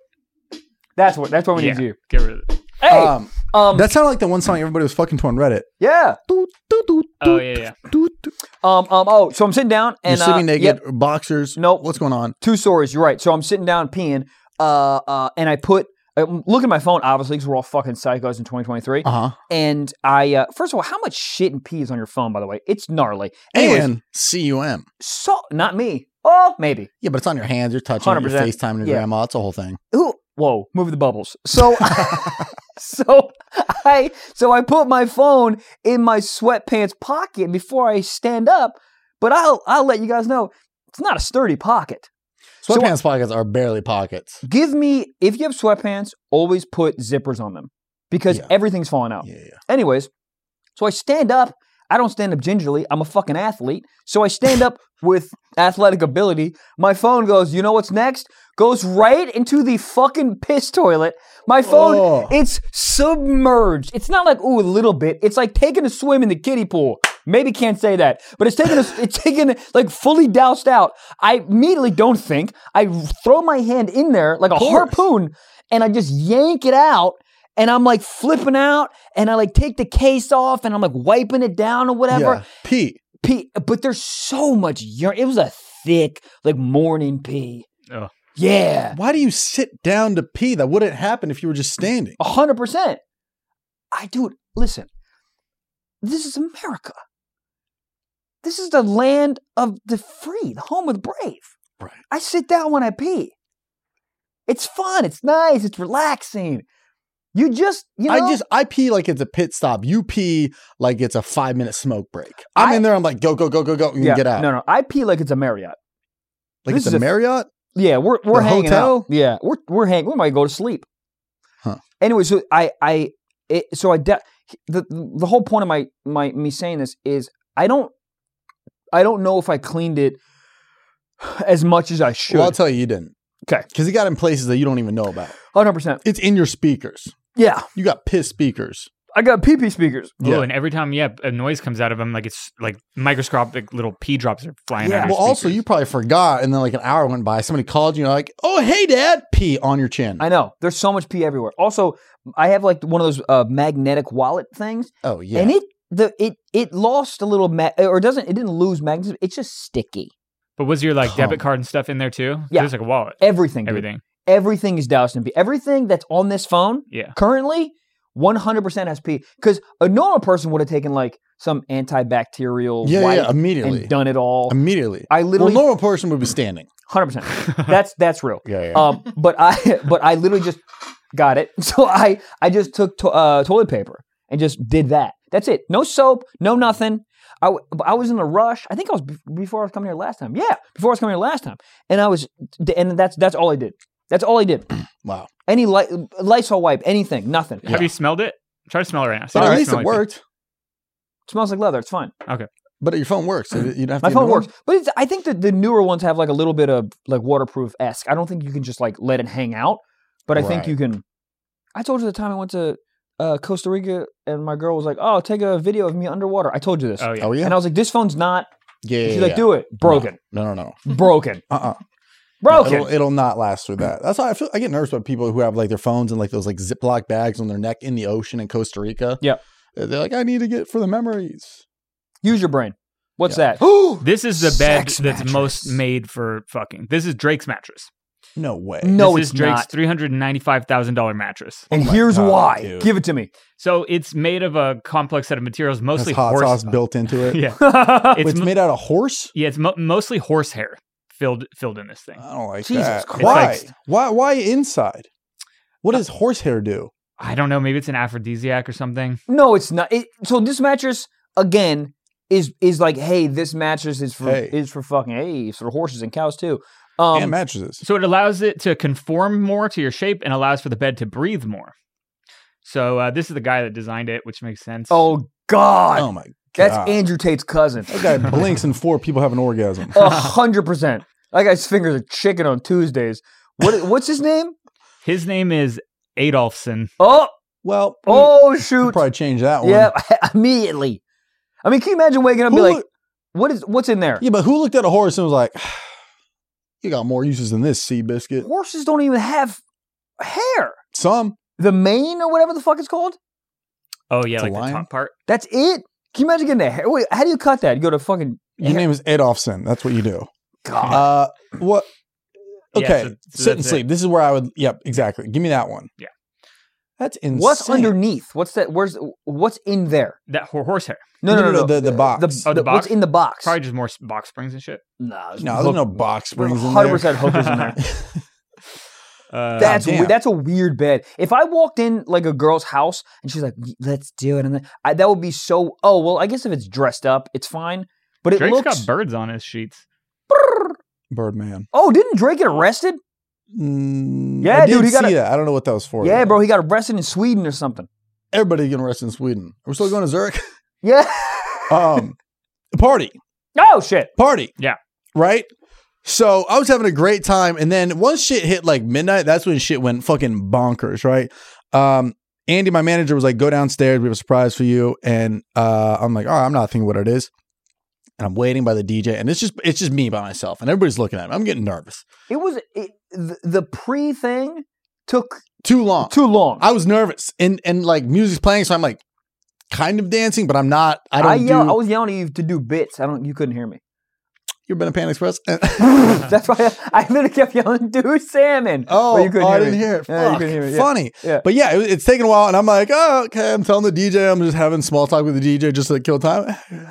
A: that's what that's what we need you.
C: Get rid of it.
A: Hey, um,
B: Um, that sounded like the one song everybody was fucking to on Reddit.
A: yeah,
B: Doot, doot, doot,
C: Oh,
B: doot,
C: yeah, yeah.
B: doot, doot.
A: um, um. Oh, so I'm sitting down
B: You're
A: and uh,
B: sitting naked,
A: yep,
B: boxers.
A: Nope.
B: What's going on?
A: Two stories. You're right. So I'm sitting down peeing, uh, uh, and I put. I'm looking at my phone, obviously, because we're all fucking psychos in 2023.
B: Uh huh.
A: And I, uh, first of all, how much shit and pee is on your phone, by the way? It's gnarly. Anyways,
B: And cum.
A: so, not me. Oh, maybe.
B: Yeah, but it's on your hands. You're touching. it, You're
A: 100%.
B: FaceTiming your
A: Yeah.
B: grandma. It's a whole thing.
A: Ooh, whoa, move the bubbles. So, so I, so I put my phone in my sweatpants pocket before I stand up, but I'll, I'll let you guys know it's not a sturdy pocket. So-
B: Sweatpants pockets are barely pockets.
A: Give me, if you have sweatpants, always put zippers on them because
B: Yeah.
A: everything's falling out.
B: Yeah, yeah.
A: Anyways, so I stand up. I don't stand up gingerly. I'm a fucking athlete. So I stand up with athletic ability. My phone goes, you know what's next? Goes right into the fucking piss toilet. My phone,
B: Oh.
A: it's submerged. It's not like, ooh, a little bit. It's like taking a swim in the kiddie pool. Maybe can't say that, but it's taking a, it's taking a, like fully doused out. I immediately don't think. I throw my hand in there like a
B: course.
A: harpoon and I just yank it out and I'm like flipping out and I like take the case off and I'm like wiping it down or
B: yeah.
A: whatever.
B: Pete,
A: Pee, but there's so much urine. It was a thick like morning pee.
C: Ugh.
A: Yeah,
B: why do you sit down to pee? That wouldn't happen if you were just standing.
A: a hundred percent. I dude, listen. This is America. This is the land of the free, the home of the brave.
B: Right.
A: I sit down when I pee. It's fun. It's nice. It's relaxing. You just, you know,
B: I just I pee like it's a pit stop. You pee like it's a five minute smoke break. I'm
A: I-
B: in there. I'm like go go go go go. You
A: yeah,
B: get out.
A: No, no. I pee like it's a Marriott.
B: like
A: this
B: it's
A: is
B: a
A: a-
B: Marriott.
A: Yeah, we're we're
B: The
A: hanging
B: hotel?
A: out. Yeah, we're we're hanging. We might go to sleep.
B: Huh.
A: Anyway, so I I it, so I de- the the whole point of my my me saying this is I don't I don't know if I cleaned it as much as I should.
B: Well, I'll tell you, you didn't.
A: 'Kay.
B: because you got in places that you don't even know about.
A: Hundred percent.
B: It's in your speakers.
A: Yeah,
B: You got piss speakers.
A: I got PP speakers.
B: Yeah.
C: Oh, and every time, yeah, a noise comes out of them, like it's like microscopic little pea drops are flying
A: Yeah.
C: out. of
B: Well,
C: your
B: also,
C: speakers.
B: you probably forgot, and then like an hour went by. Somebody called you, and you're like, "Oh, hey, Dad, pee on your chin."
A: I know. There's so much pee everywhere. Also, I have like one of those uh, magnetic wallet things,
B: oh yeah,
A: and it the it it lost a little ma- or it doesn't it didn't lose magnetism. It's just sticky.
C: But was your like
B: Come.
C: debit card and stuff in there too?
A: Yeah.
C: There's like a wallet.
A: Everything, dude.
C: Everything.
A: everything is doused in pee. Everything that's on this phone
C: Yeah.
A: currently 100% has pee because a normal person would have taken like some antibacterial
B: yeah, yeah,
A: wipe
B: yeah, immediately,
A: and done it all.
B: immediately.
A: I literally
B: well, normal person would be standing. Uh,
A: 100%. That's that's real.
B: Yeah, yeah.
A: Um, but I but I literally just got it. So I I just took to, uh, toilet paper and just did that. That's it. No soap, no nothing. I, w- I was in a rush. I think I was be- before I was coming here last time. Yeah, before I was coming here last time. And I was and that's that's all I did. That's all I did.
B: wow,
A: Any li- Lysol wipe, anything, nothing.
C: Have you smelled it? Try to smell it right now. See
B: but
C: if you
B: at least
C: smell
B: it
C: like
B: worked.
A: smells like leather. It's fine.
B: But your phone works. so you don't have to
A: My phone
B: get another one?
A: works, but it's, I think that the newer ones have like a little bit of like waterproof esque. I don't think you can just like let it hang out, but I think
B: Right.
A: you can. I told you the time I went to uh, Costa Rica and my girl was like, "Oh, take a video of me underwater." I told you this,
C: Oh yeah.
B: Oh yeah,
A: and I was like, "This phone's not."
B: yeah.
A: She's
B: yeah,
A: like,
B: yeah.
A: "Do it, broken,
B: No, no, no.
A: broken,
B: Uh, uh
A: broken."
B: It'll, it'll not last through that. That's why I feel. I get nervous about people who have like their phones and like those like Ziploc bags on their neck in the ocean in Costa Rica.
A: Yep.
B: Uh, They're like, I need to get for the memories.
A: Use your brain. What's that?
B: no
C: This is the bed
A: Sex
C: that's most
A: mattress.
C: made for fucking. This is Drake's mattress.
B: way.
A: No,
C: this
A: it's
C: is Drake's
A: not.
C: three hundred and ninety-five thousand dollar mattress.
A: and
B: Oh my
A: here's
B: God,
A: why.
B: dude.
A: Give it to me.
C: So it's made of a complex set of materials,
B: Has
C: mostly
B: hot
C: horse.
B: sauce built into it.
C: Yeah,
A: That's
B: It's,
C: it's mo-
B: made out of horse.
C: yeah, it's mo- mostly horsehair filled filled in this thing.
B: I don't like
A: Jesus
B: that.
A: Christ. Uh,
B: Why?
C: It's
B: why? Why inside? What does horsehair do?
C: I don't know. Maybe it's an aphrodisiac or something.
A: No, it's not. It, so this mattress again is is like, hey, this mattress is for
B: Hey.
A: is for fucking hey, it's for horses and cows too.
B: and
A: Um,
B: mattresses.
C: So it allows it to conform more to your shape and allows for the bed to breathe more. So uh, this is the guy that designed it, which makes sense.
A: oh God,
B: Oh my god.
A: that's Andrew Tate's cousin.
B: That guy blinks and four people have an orgasm.
A: A hundred percent. That guy's fingers are chicken on Tuesdays. What what's his name?
C: his name is Adolphson.
A: Oh
B: Well, we-
A: oh
B: we
A: shoot!
B: probably change that one.
A: Yeah, immediately. I mean, can you imagine waking up and
B: Who
A: be like,
B: look-
A: what is what's in there?
B: Yeah, but who looked at a horse and was like, "You got more uses than this sea biscuit."
A: Horses don't even have hair.
B: Some
A: The mane or whatever the fuck it's called.
C: Oh yeah,
B: It's a
C: like
B: lion?
C: the top part.
A: That's it. Can you imagine getting a hair? Wait, how do you cut that? You go to fucking
B: your name is Adolphson. That's what you do.
A: God.
B: Uh, what?
C: Yeah,
B: Okay,
C: so- so
B: sit and
C: that's
B: sleep. This is where I would. Yep, exactly. Give me that one.
C: Yeah.
B: that's insane.
A: What's underneath? What's that? Where's what's in there?
C: That ho- horsehair.
A: No, no, no, no.
B: The, the box.
C: Oh, the
A: What's
C: box?
A: in the box?
C: Probably just more s- box springs and shit.
A: no,
B: no, there's no box springs in
A: Hundred
B: there.
A: percent hookers in there.
C: Uh,
A: That's
B: damn.
A: we- that's a weird bed. If I walked in like a girl's house and she's like, "Let's do it," and then, I, that would be so. Oh well, I guess if it's dressed up, it's fine. But it
C: Drake's
A: looks.
C: got birds on his sheets.
B: Birdman.
A: oh, didn't Drake get arrested?
B: Mm,
A: Yeah,
B: I did
A: dude, he
B: see
A: got a-
B: that. I don't know what that was for.
A: Yeah,
B: though.
A: bro, he got arrested in Sweden or something.
B: Everybody getting arrested in Sweden. We're still going to Zurich.
A: Yeah.
B: Um, party.
A: oh shit.
B: party.
C: Yeah.
B: Right? So I was having a great time. And then once shit hit like midnight, that's when shit went fucking bonkers, right? Um, Andy, my manager, was like, go downstairs. We have a surprise for you. And uh, I'm like, all right, I'm not thinking what it is. And I'm waiting by the DJ. And it's just it's just me by myself. And everybody's looking at me. I'm getting nervous.
A: It was it, the, the pre thing took
B: Too long.
A: too long.
B: I was nervous. And and like music's playing, so I'm like kind of dancing, but I'm not. I don't
A: I, yell,
B: do
A: I was yelling at you to do bits. I don't. You couldn't hear me.
B: you've been a Pan Express.
A: That's why I, I literally kept yelling, "Do salmon!"
B: Oh,
A: But you couldn't
B: oh, I
A: hear me.
B: didn't hear it.
A: Yeah, you
B: Fuck.
A: couldn't hear me, yeah.
B: Funny.
A: Yeah.
B: But yeah, it, it's taking a while, and I'm like, oh, okay. I'm telling the DJ, I'm just having small talk with the DJ just to kill time.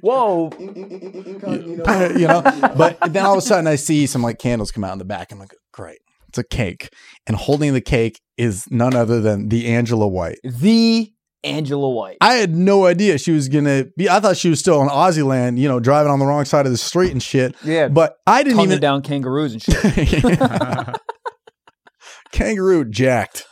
A: Whoa!
D: In- in- in- in-
B: you
D: incognito.
B: know. But then all of a sudden, I see some like candles come out in the back. I'm like, great, it's a cake, and holding the cake is none other than the Angela White.
A: The Angela White.
B: I had no idea she was gonna be. I thought she was still in Aussie land, you know, driving on the wrong side of the street and shit.
A: yeah,
B: But I didn't
A: tonguing
B: even
A: down kangaroos and shit.
B: kangaroo jacked.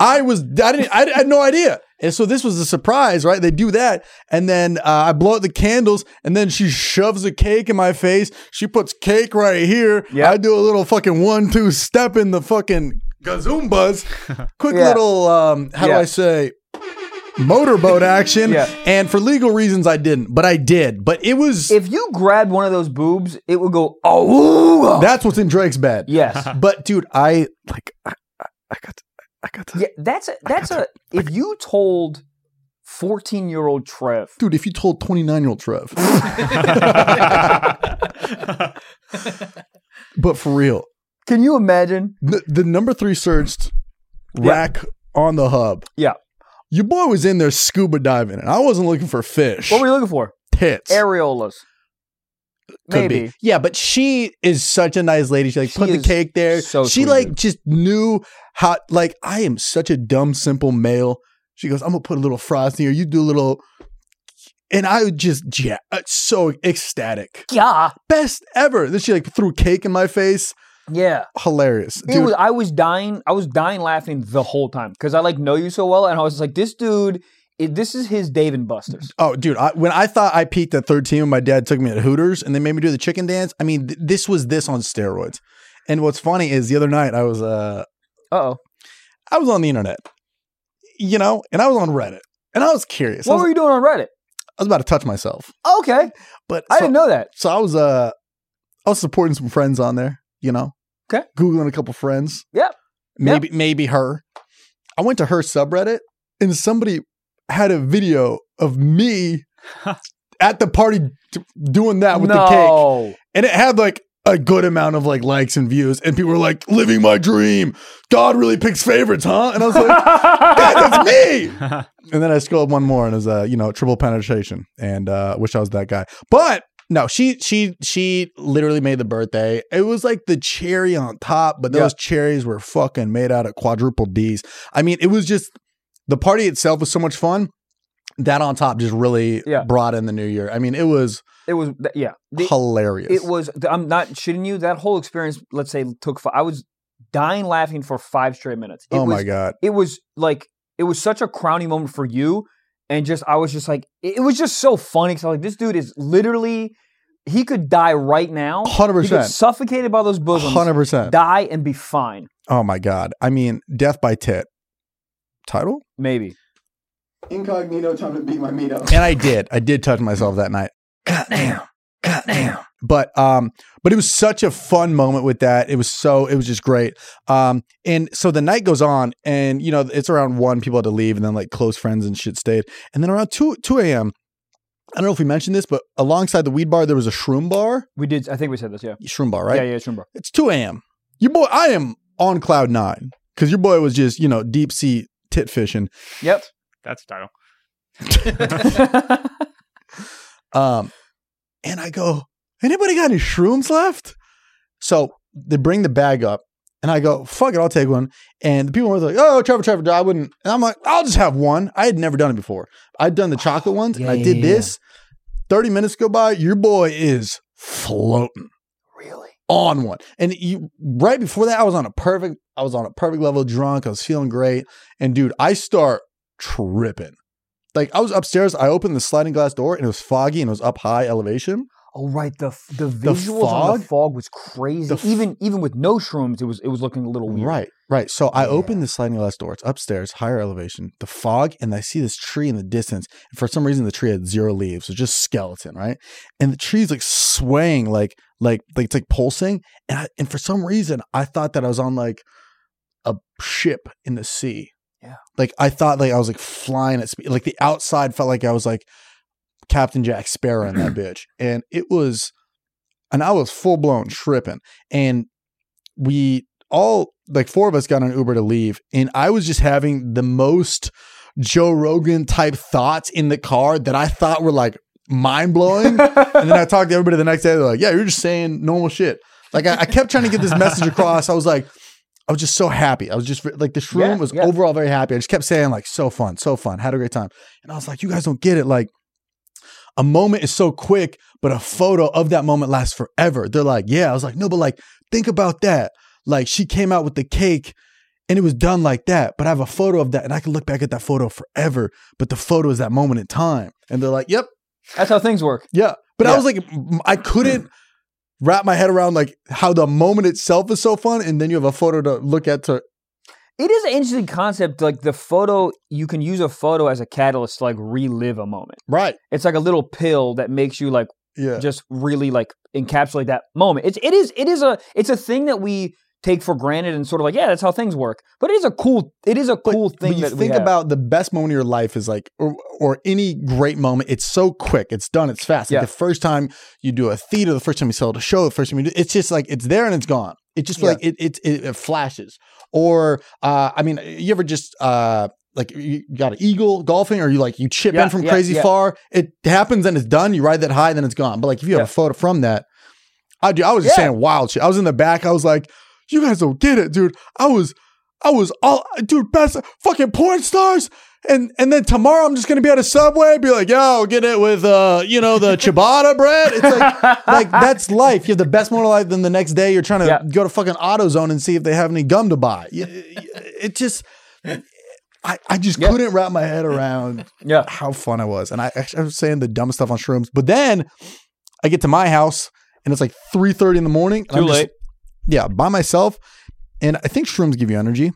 B: I was I didn't I, I had no idea, and so this was a surprise, right? They do that, and then uh, I blow out the candles, and then she shoves a cake in my face. She puts cake right here.
A: Yep.
B: I do a little fucking one two step in the fucking gazoombas. Quick
A: Yeah.
B: little um, how
A: Yeah.
B: do I say? motorboat action.
A: Yeah.
B: And for legal reasons, I didn't, but I did. But it was
A: If you grabbed one of those boobs, it would go, oh,
B: that's what's in Drake's bed.
A: yes.
B: But dude, I like I, I, I got to, I got to,
A: Yeah, that's a, that's a, if you told 14 year old Trev,
B: dude. If you told twenty nine year old Trev, but for real,
A: can you imagine?
B: the, the number three searched
A: Yeah.
B: rack on the hub.
A: Yeah.
B: Your boy was in there scuba diving, and I wasn't looking for fish.
A: What were you looking for?
B: Tits.
A: Areolas.
B: Could
A: Maybe.
B: be. Yeah, but she is such a nice lady. She like
A: She
B: put the
A: is
B: cake there.
A: so
B: she
A: sweet,
B: like
A: dude.
B: just knew how like I am such a dumb, simple male. She goes, I'm gonna put a little frost in here. You do a little and I would just yeah, uh, so ecstatic.
A: Yeah.
B: Best ever. Then she like threw cake in my face.
A: Yeah.
B: Hilarious.
A: It
B: Dude,
A: was, I was dying. I was dying laughing the whole time because I like know you so well, and I was just like, this dude, it, this is his Dave and Buster's.
B: Oh, dude! I, when I thought I peaked at 13, when my dad took me to Hooters and they made me do the chicken dance. I mean, th- this was this on steroids. And what's funny is the other night I was uh
A: Uh oh.
B: I was on the internet, you know, and I was on Reddit, and I was curious. I
A: What
B: was,
A: were you doing on Reddit?
B: I was about to touch myself,
A: Okay,
B: but
A: I
B: so,
A: didn't know that.
B: so I was uh I was supporting some friends on there, you know.
A: Okay.
B: Googling a couple friends.
A: Yep.
B: Maybe maybe her. I went to her subreddit and somebody had a video of me at the party d- doing that with the cake.
A: no.
B: and it had like a good amount of like likes and views and people were like living my dream god really picks favorites huh and i was like "God, that's me and then i scrolled one more and it was uh, you know triple penetration and uh wish i was that guy but no she she she literally made the birthday it was like the cherry on top but those cherries were fucking made out of quadruple d's i mean it was just the party itself was so much fun that on top just really
A: Yeah.
B: brought in the new year i mean it was
A: it was th- yeah. The-
B: hilarious
A: It was. th- I'm not shitting you. That whole experience, let's say, took. Five, I was dying laughing for five straight minutes. It
B: oh
A: was,
B: my god
A: It was like it was such a crowning moment for you, and just I was just like it, it was just so funny because I was like this dude is literally he could die right now.
B: Hundred
A: He gets
B: percent.
A: suffocated by those bosoms,
B: Hundred percent.
A: die and be fine.
B: Oh my god. I mean, death by tit. Title?
A: Maybe.
D: Incognito, time to beat my meat up.
B: And I did. I did touch myself that night. God damn. God damn. But um, but it was such a fun moment with that. It was so it was just great. Um, and so the night goes on, and you know it's around one. People had to leave, and then like close friends and shit stayed. And then around two two a.m. I don't know if we mentioned this, but alongside the weed bar there was a shroom bar.
A: We did. I think we said this. Yeah.
B: Shroom bar, right?
A: Yeah. Yeah. It's Trimbar.
B: It's 2 a.m. Your boy, I am on cloud nine because your boy was just, you know, deep sea tit fishing.
A: Yep.
C: That's the title.
B: Um, and I go, anybody got any shrooms left? So they bring the bag up and I go, fuck it, I'll take one. And the people were like, oh, Trevor, Trevor, I wouldn't. And I'm like, I'll just have one. I had never done it before. I'd done the chocolate ones
A: yeah,
B: and I did
A: yeah, yeah.
B: this. 30 minutes go by, your boy is floating.
A: really?
B: on one. And you right before that, I was on a perfect, I was on a perfect level drunk. I was feeling great. And dude, I start tripping. Like I was upstairs, I opened the sliding glass door and it was foggy and it was up high elevation.
A: Oh right. The f- the visuals on the
B: fog?
A: fog was crazy.
B: The f-
A: even even with no shrooms, it was it was looking a little weird.
B: Right, right. So I
A: Yeah.
B: opened the sliding glass door. It's upstairs, higher elevation, the fog, and I see this tree in the distance. And for some reason, the tree had zero leaves, so just skeleton, right? And the tree's like swaying, like like like it's like pulsing. And I, and for some reason, I thought that I was on like a ship in the sea.
A: Yeah.
B: Like I thought, like I was like flying at speed. Like the outside felt like I was like Captain Jack Sparrow in that bitch, and it was, and I was full blown tripping, and we all like four of us got on Uber to leave, and I was just having the most Joe Rogan type thoughts in the car that I thought were like mind blowing. and then I talked to everybody the next day. They're like, "Yeah, you're just saying normal shit." Like I, I kept trying to get this message across. I was like, I was just so happy. I was just like, this room
A: Yeah,
B: was
A: yeah.
B: overall very happy. I just kept saying like, "So fun, so fun, had a great time," and I was like, "You guys don't get it." Like. A moment is so quick, but a photo of that moment lasts forever. They're like, yeah. I was like, no, but like, think about that. Like, she came out with the cake and it was done like that. But I have a photo of that and I can look back at that photo forever. But the photo is that moment in time. And they're like, yep,
A: That's how things work.
B: yeah. But I
A: Yeah.
B: was like, m- I couldn't wrap my head around like how the moment itself is so fun, and then you have a photo to look at to
A: It is an interesting concept. Like the photo, you can use a photo as a catalyst to like relive a moment.
B: Right.
A: It's like a little pill that makes you like
B: Yeah.
A: just really like encapsulate that moment. It's it is it is a it's a thing that we take for granted and sort of like yeah that's how things work. But it is a cool it is a cool thing
B: you
A: that we
B: think
A: have.
B: about the best moment of your life is like, or, or any great moment. It's so quick. It's done. It's fast. Like
A: Yeah.
B: the first time you do a theater, the first time you sell a show, the first time you do, it's just like it's there and it's gone. It just
A: Yeah.
B: like it, it it it flashes. Or uh, I mean, you ever just uh like you got an eagle golfing, or you like you chip
A: Yeah,
B: in from
A: yeah,
B: crazy
A: yeah.
B: far. It happens and it's done. You ride that high, then it's gone. But like if you have
A: Yeah.
B: a photo from that, I do. I was just
A: Yeah.
B: saying wild shit. I was in the back. I was like, you guys don't get it, dude. I was, I was all, dude, best fucking porn stars. And and then tomorrow I'm just gonna be at a subway, be like, yo, I'll get it with uh, you know, the ciabatta bread. It's like, like that's life. You have the best moment of life. Then the next day you're trying to
A: Yeah.
B: go to fucking AutoZone and see if they have any gum to buy. Y- y- It just, I I just
A: Yeah.
B: couldn't wrap my head around
A: yeah
B: how fun I was. And I, I was saying the dumb stuff on shrooms. But then I get to my house and it's like 3.30 in the morning. and
A: too
B: I'm just-
A: late.
B: yeah, by myself. And I think shrooms give you energy.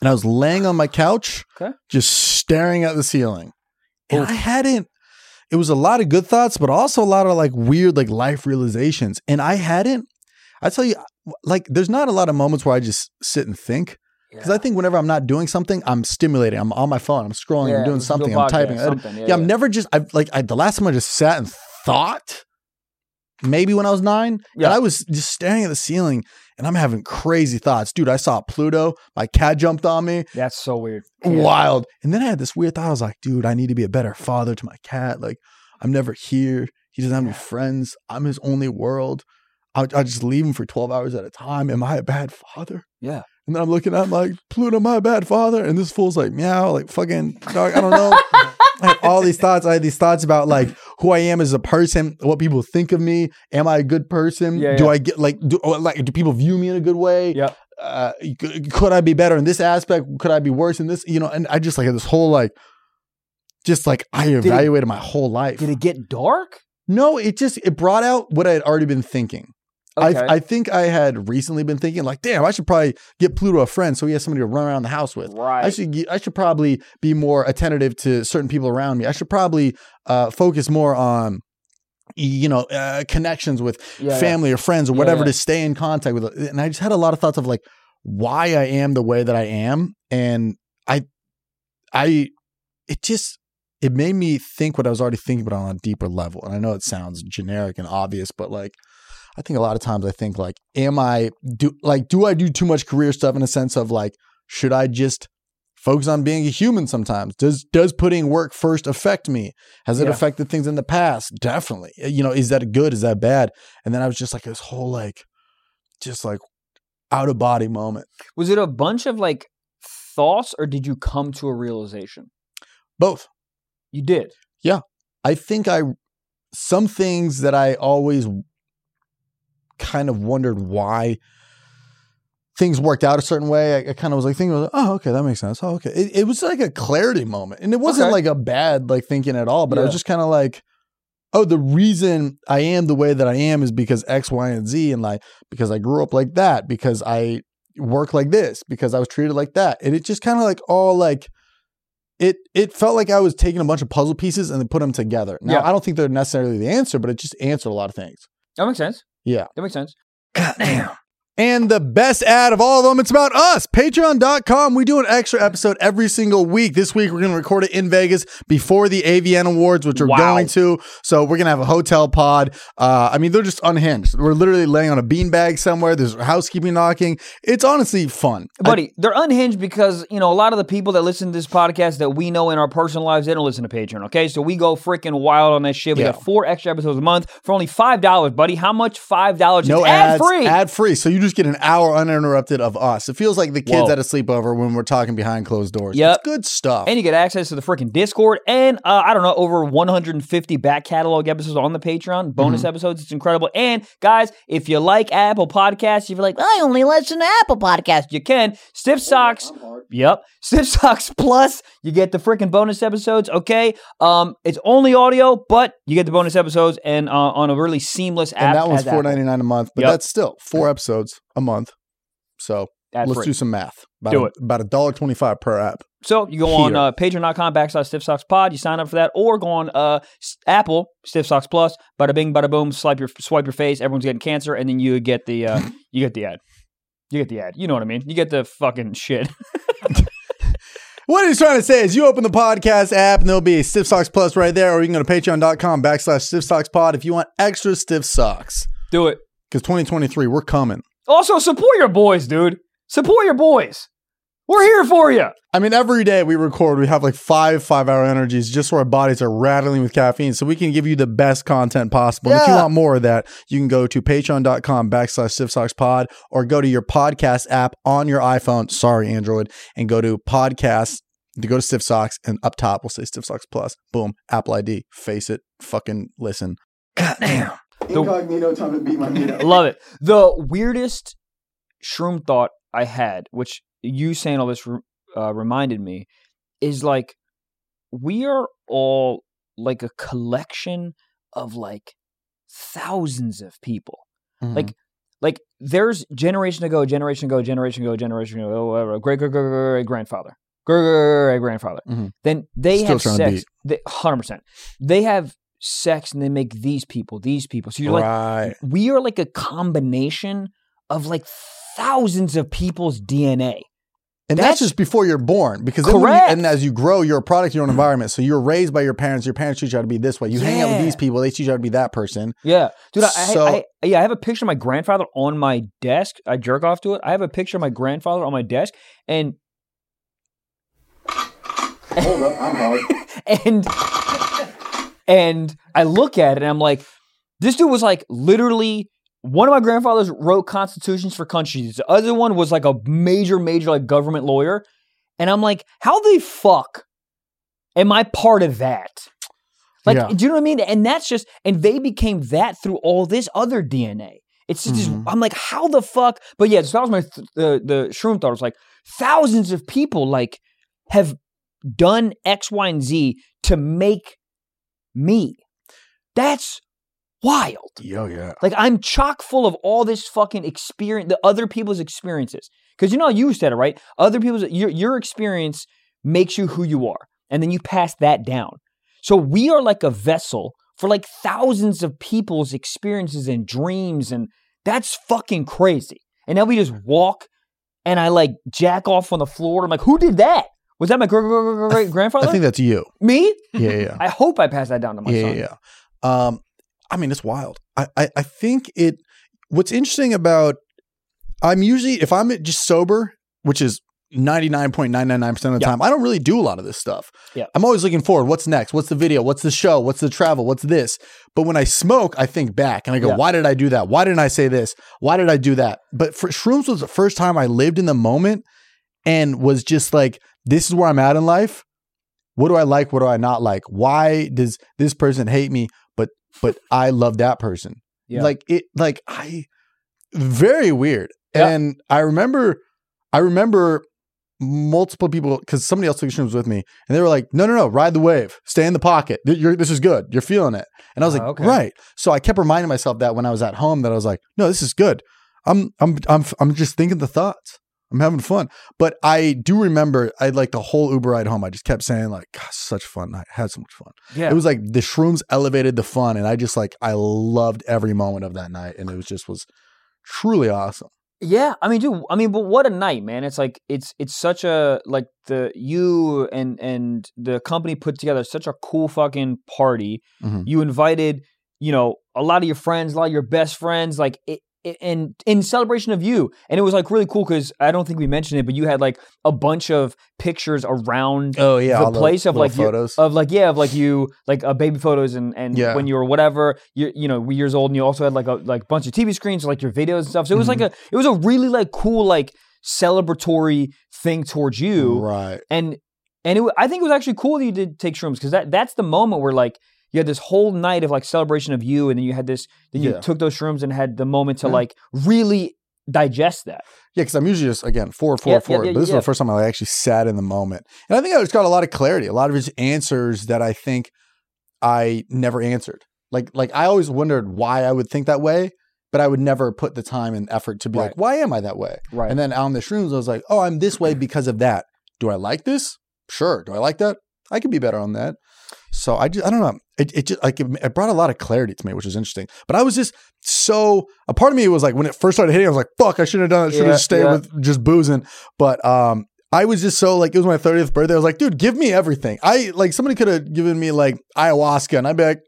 B: And I was laying on my couch,
A: Okay.
B: just staring at the ceiling. And
A: Oof.
B: I hadn't, it was a lot of good thoughts, but also a lot of like weird, like life realizations. And I hadn't, I tell you, like, there's not a lot of moments where I just sit and think. Because I think whenever I'm not doing something, I'm stimulating. I'm on my phone. I'm scrolling. I'm doing
A: listen to a
B: something. I'm
A: podcast,
B: typing. I-
A: something,
B: yeah, I'm never just I've like I, the last time I just sat and thought, maybe when I was nine,
A: Yeah.
B: and I was just staring at the ceiling and I'm having crazy thoughts. Dude, I saw Pluto, my cat jumped on me,
A: That's so weird.
B: wild. And then I had this weird thought. I was like, dude, I need to be a better father to my cat. Like, I'm never here. He doesn't have any friends. I'm his only world. I, I just leave him for 12 hours at a time. Am I a bad father?
A: Yeah.
B: And then I'm looking at him like, Pluto, my bad father. And this fool's like, meow, like fucking dog. I don't know. I had all these thoughts. I had these thoughts about like who I am as a person, what people think of me. Am I a good person?
A: Yeah,
B: do
A: yeah.
B: I get like do oh, like do people view me in a good way?
A: Yep.
B: Uh, c- could I be better in this aspect? Could I be worse in this? You know, and I just like had this whole like, just like I
A: it-
B: evaluated my whole life.
A: Did it get dark?
B: no, it just it brought out what I had already been thinking.
A: Okay.
B: I, I think I had recently been thinking like, damn, I should probably get Pluto a friend so he has somebody to run around the house with.
A: right.
B: I should ge- I should probably be more attentive to certain people around me. I should probably uh, focus more on you know uh, connections with
A: Yeah, yeah.
B: family or friends or
A: Yeah,
B: whatever
A: yeah.
B: to stay in contact with. And I just had a lot of thoughts of like why I am the way that I am, and I I it just it made me think what I was already thinking about on a deeper level. And I know it sounds generic and obvious, but like I think a lot of times I think like, am I do like do I do too much career stuff in a sense of like, should I just focus on being a human sometimes? Does does putting work first affect me? Has it
A: Yeah.
B: affected things in the past? Definitely. You know, is that good? Is that bad? And then I was just like this whole like just like out of body moment.
A: Was it a bunch of like thoughts, or did you come to a realization?
B: Both.
A: You did.
B: I think I some things that I always kind of wondered why things worked out a certain way. I, I kind of was like thinking, oh, okay, that makes sense. Oh, okay. It, it was like a clarity moment, and it wasn't
A: Okay.
B: like a bad like thinking at all. But I was
A: Yeah.
B: just kind of like, oh, the reason I am the way that I am is because X, Y, and Z, and like because I grew up like that, because I work like this, because I was treated like that, and it just kind of like all like it it felt like I was taking a bunch of puzzle pieces and then put them together. Now
A: Yeah.
B: I don't think they're necessarily the answer, but it just answered a lot of things.
A: That makes sense.
B: Yeah.
A: That makes sense.
B: And the best ad of all of them, it's about us. Patreon.com. We do an extra episode every single week. This week, we're going to record it in Vegas before the AVN Awards, which we're
A: Wow.
B: going to. So, we're going to have a hotel pod. Uh, I mean, they're just unhinged. We're literally laying on a beanbag somewhere. There's housekeeping knocking. It's honestly fun.
A: Buddy, they're unhinged because, you know, a lot of the people that listen to this podcast that we know in our personal lives, they don't listen to Patreon, okay? So we go freaking wild on that shit. We
B: Yeah.
A: got four extra episodes a month for only $5, buddy. How much $5?
B: No
A: It's
B: ads,
A: ad-free.
B: Ad free. So you just get an hour uninterrupted of us. It feels like the kids
A: Whoa.
B: at a sleepover when we're talking behind closed doors.
A: Yep.
B: It's good stuff.
A: And you get access to the freaking Discord and uh, I don't know over 150 back catalog episodes on the Patreon, bonus
B: Mm-hmm.
A: episodes. It's incredible. And guys, if you like Apple Podcasts, if you're like, I only listen to Apple Podcasts, you can. Stiff Socks. Yep. Stiff Socks Plus, you get the freaking bonus episodes, okay? Um, it's only audio, but you get the bonus episodes and uh, on a really seamless app.
B: and that one's
A: as Apple.
B: four ninety nine a month, but
A: Yep.
B: that's still four episodes a month. So
A: Ad
B: Let's
A: free.
B: do some math. About
A: Do
B: a,
A: it.
B: About a dollar twenty-five per app.
A: So you go on
B: Here.
A: uh, patreon.com backslash stiff socks pod. You sign up for that, or go on uh, S- Apple stiff socks plus. Bada bing, bada boom. Swipe your swipe your face. Everyone's getting cancer, and then you get the uh, you get the ad. You get the ad. You know what I mean. You get the fucking shit.
B: What he's trying to say is you open the podcast app and there'll be a Stiff Socks Plus right there, or you can go to patreon.com backslash Stiff Socks Pod if you want extra Stiff Socks.
A: Do it.
B: Because 2023, we're coming.
A: Also support your boys, dude. Support your boys. We're here for you.
B: I mean, every day we record, we have like five five hour energies just so our bodies are rattling with caffeine so we can give you the best content possible. And if you
A: Yeah.
B: want more of that, you can go to patreon.com backslash Stiff Socks Pod or go to your podcast app on your iPhone, sorry, Android, and go to podcasts. To go to Stiff Socks and up top we'll say Stiff Socks Plus. Boom. Apple ID. Face it. Fucking listen.
D: Incognito, time to beat my meat up.
A: Love it. The weirdest shroom thought I had, which you saying all this re- uh, reminded me, is like we are all like a collection of like thousands of people.
B: Mm-hmm.
A: Like- Like there's generation ago, generation ago, generation ago, generation ago, oh, whatever, great great great great great grandfather, great great great grandfather.
B: Mhm.
A: Then they
B: Still
A: have
B: trying to
A: sex.
B: beat.
A: Hundred percent. They have sex and they make these people, these people. So you're like
B: right.
A: we are like a combination of like thousands of people's DNA.
B: And
A: That's-
B: that's, just before you're born, because then when you,
A: Correct.
B: and as you grow, you're a product of your own environment. So you're raised by your parents. Your parents teach you how to be this way. You hang out with
A: Yeah.
B: these people; they teach you how to be that person.
A: Yeah, dude. I,
B: So-
A: I, I yeah, I have a picture of my grandfather on my desk. I jerk off to it. I have a picture of my grandfather on my desk, and
D: Hold up, I'm hard.
A: and and I look at it and I'm like, this dude was like literally one of my grandfathers wrote constitutions for countries. The other one was like a major, major like government lawyer, and I'm like, how the fuck am I part of that? Like,
B: Yeah.
A: do you know what I mean? And that's just and they became that through all this other DNA. It's just
B: Mhm.
A: I'm like, how the fuck? But yeah, so that was my th- the the shroom thought. It was like thousands of people like have done X, Y, and Z to make me. That's wild.
B: Yo, yeah.
A: Like I'm chock full of all this fucking experience, the other people's experiences. Because you know how you said it, right? Other people's your your experience makes you who you are, and then you pass that down. So we are like a vessel for like thousands of people's experiences and dreams, and that's fucking crazy. And now we just walk, and I like jack off on the floor. I'm like, who did that? Was that my great great great grandfather?
B: I think that's you.
A: Me?
B: Yeah, yeah,
A: I hope I pass that down to
B: yeah,
A: my
B: yeah.
A: son.
B: yeah, yeah. Um, I mean, it's wild. I, I, I think it. What's interesting about I'm usually if I'm just sober, which is 99.999% of the
A: Yeah.
B: time, I don't really do a lot of this stuff.
A: Yeah.
B: I'm always looking forward. What's next? What's the video? What's the show? What's the travel? What's this? But when I smoke, I think back and I go,
A: Yeah.
B: why did I do that? Why didn't I say this? Why did I do that? But for shrooms was the first time I lived in the moment and was just like, this is where I'm at in life. What do I like? What do I not like? Why does this person hate me? But but I love that person.
A: Yeah.
B: Like it like I very weird.
A: Yeah.
B: And I remember I remember multiple people because somebody else took shrooms with me and they were like, no, no, no, ride the wave, stay in the pocket. Th- You're, this is good. You're feeling it. And I was
A: Ah,
B: like,
A: okay.
B: right. So I kept reminding myself that when I was at home, that I was like, no, this is good. I'm, I'm, I'm, I'm just thinking the thoughts. I'm having fun. But I do remember, I like the whole Uber ride home. I just kept saying like, gosh, such a fun night. Had so much fun.
A: Yeah.
B: It was like the shrooms elevated the fun, and I just like I loved every moment of that night, and it was just was truly awesome.
A: Yeah, I mean, dude. I mean, but what a night, man! It's like it's it's such a like the you and and the company put together such a cool fucking party.
B: Mhm.
A: You invited, you know, a lot of your friends, a lot of your best friends, like it, it, and in celebration of you. And it was like really cool because I don't think we mentioned it, but you had like a bunch of pictures around
B: Oh yeah,
A: The
B: all
A: place of,
B: little
A: like, your-
B: photos.
A: of like yeah of like you like uh, baby photos and and
B: Yeah.
A: when you were whatever you you know were years old and you also had like a like bunch of TV screens like your videos and stuff so it was like a
B: Mm-hmm.
A: it was a really like cool like celebratory thing towards you
B: right.
A: and and it wa- I think it was actually cool that you did take shrooms because that that's the moment where like you had this whole night of like celebration of you and then you had this then you
B: Yeah. Mm-hmm.
A: took those shrooms and had the moment to
B: Yeah.
A: like really digest that
B: Yeah, because I'm usually just again forward, forward,
A: Yeah, yeah,
B: forward.
A: yeah,
B: but this
A: yeah.
B: is the first time I actually sat in the moment, and I think I just got a lot of clarity, a lot of his answers that I think I never answered. Like like I always wondered why I would think that way, but I would never put the time and effort to be like, why am I that way?
A: Right.
B: And then on the shrooms, I was like, oh, I'm this way because of that. Do I like this? Sure. Do I like that? I could be better on that. So I just, I don't know. It, it just like it, it brought a lot of clarity to me, which was interesting. But I was just so a part of me was like when it first started hitting, I was like, fuck, I shouldn't have done it. Should
A: Yeah,
B: have stayed
A: yeah.
B: with just boozing. But um, I was just so like it was my 30th birthday. I was like, dude, give me everything. I like somebody could have given me like ayahuasca, and I'd be like,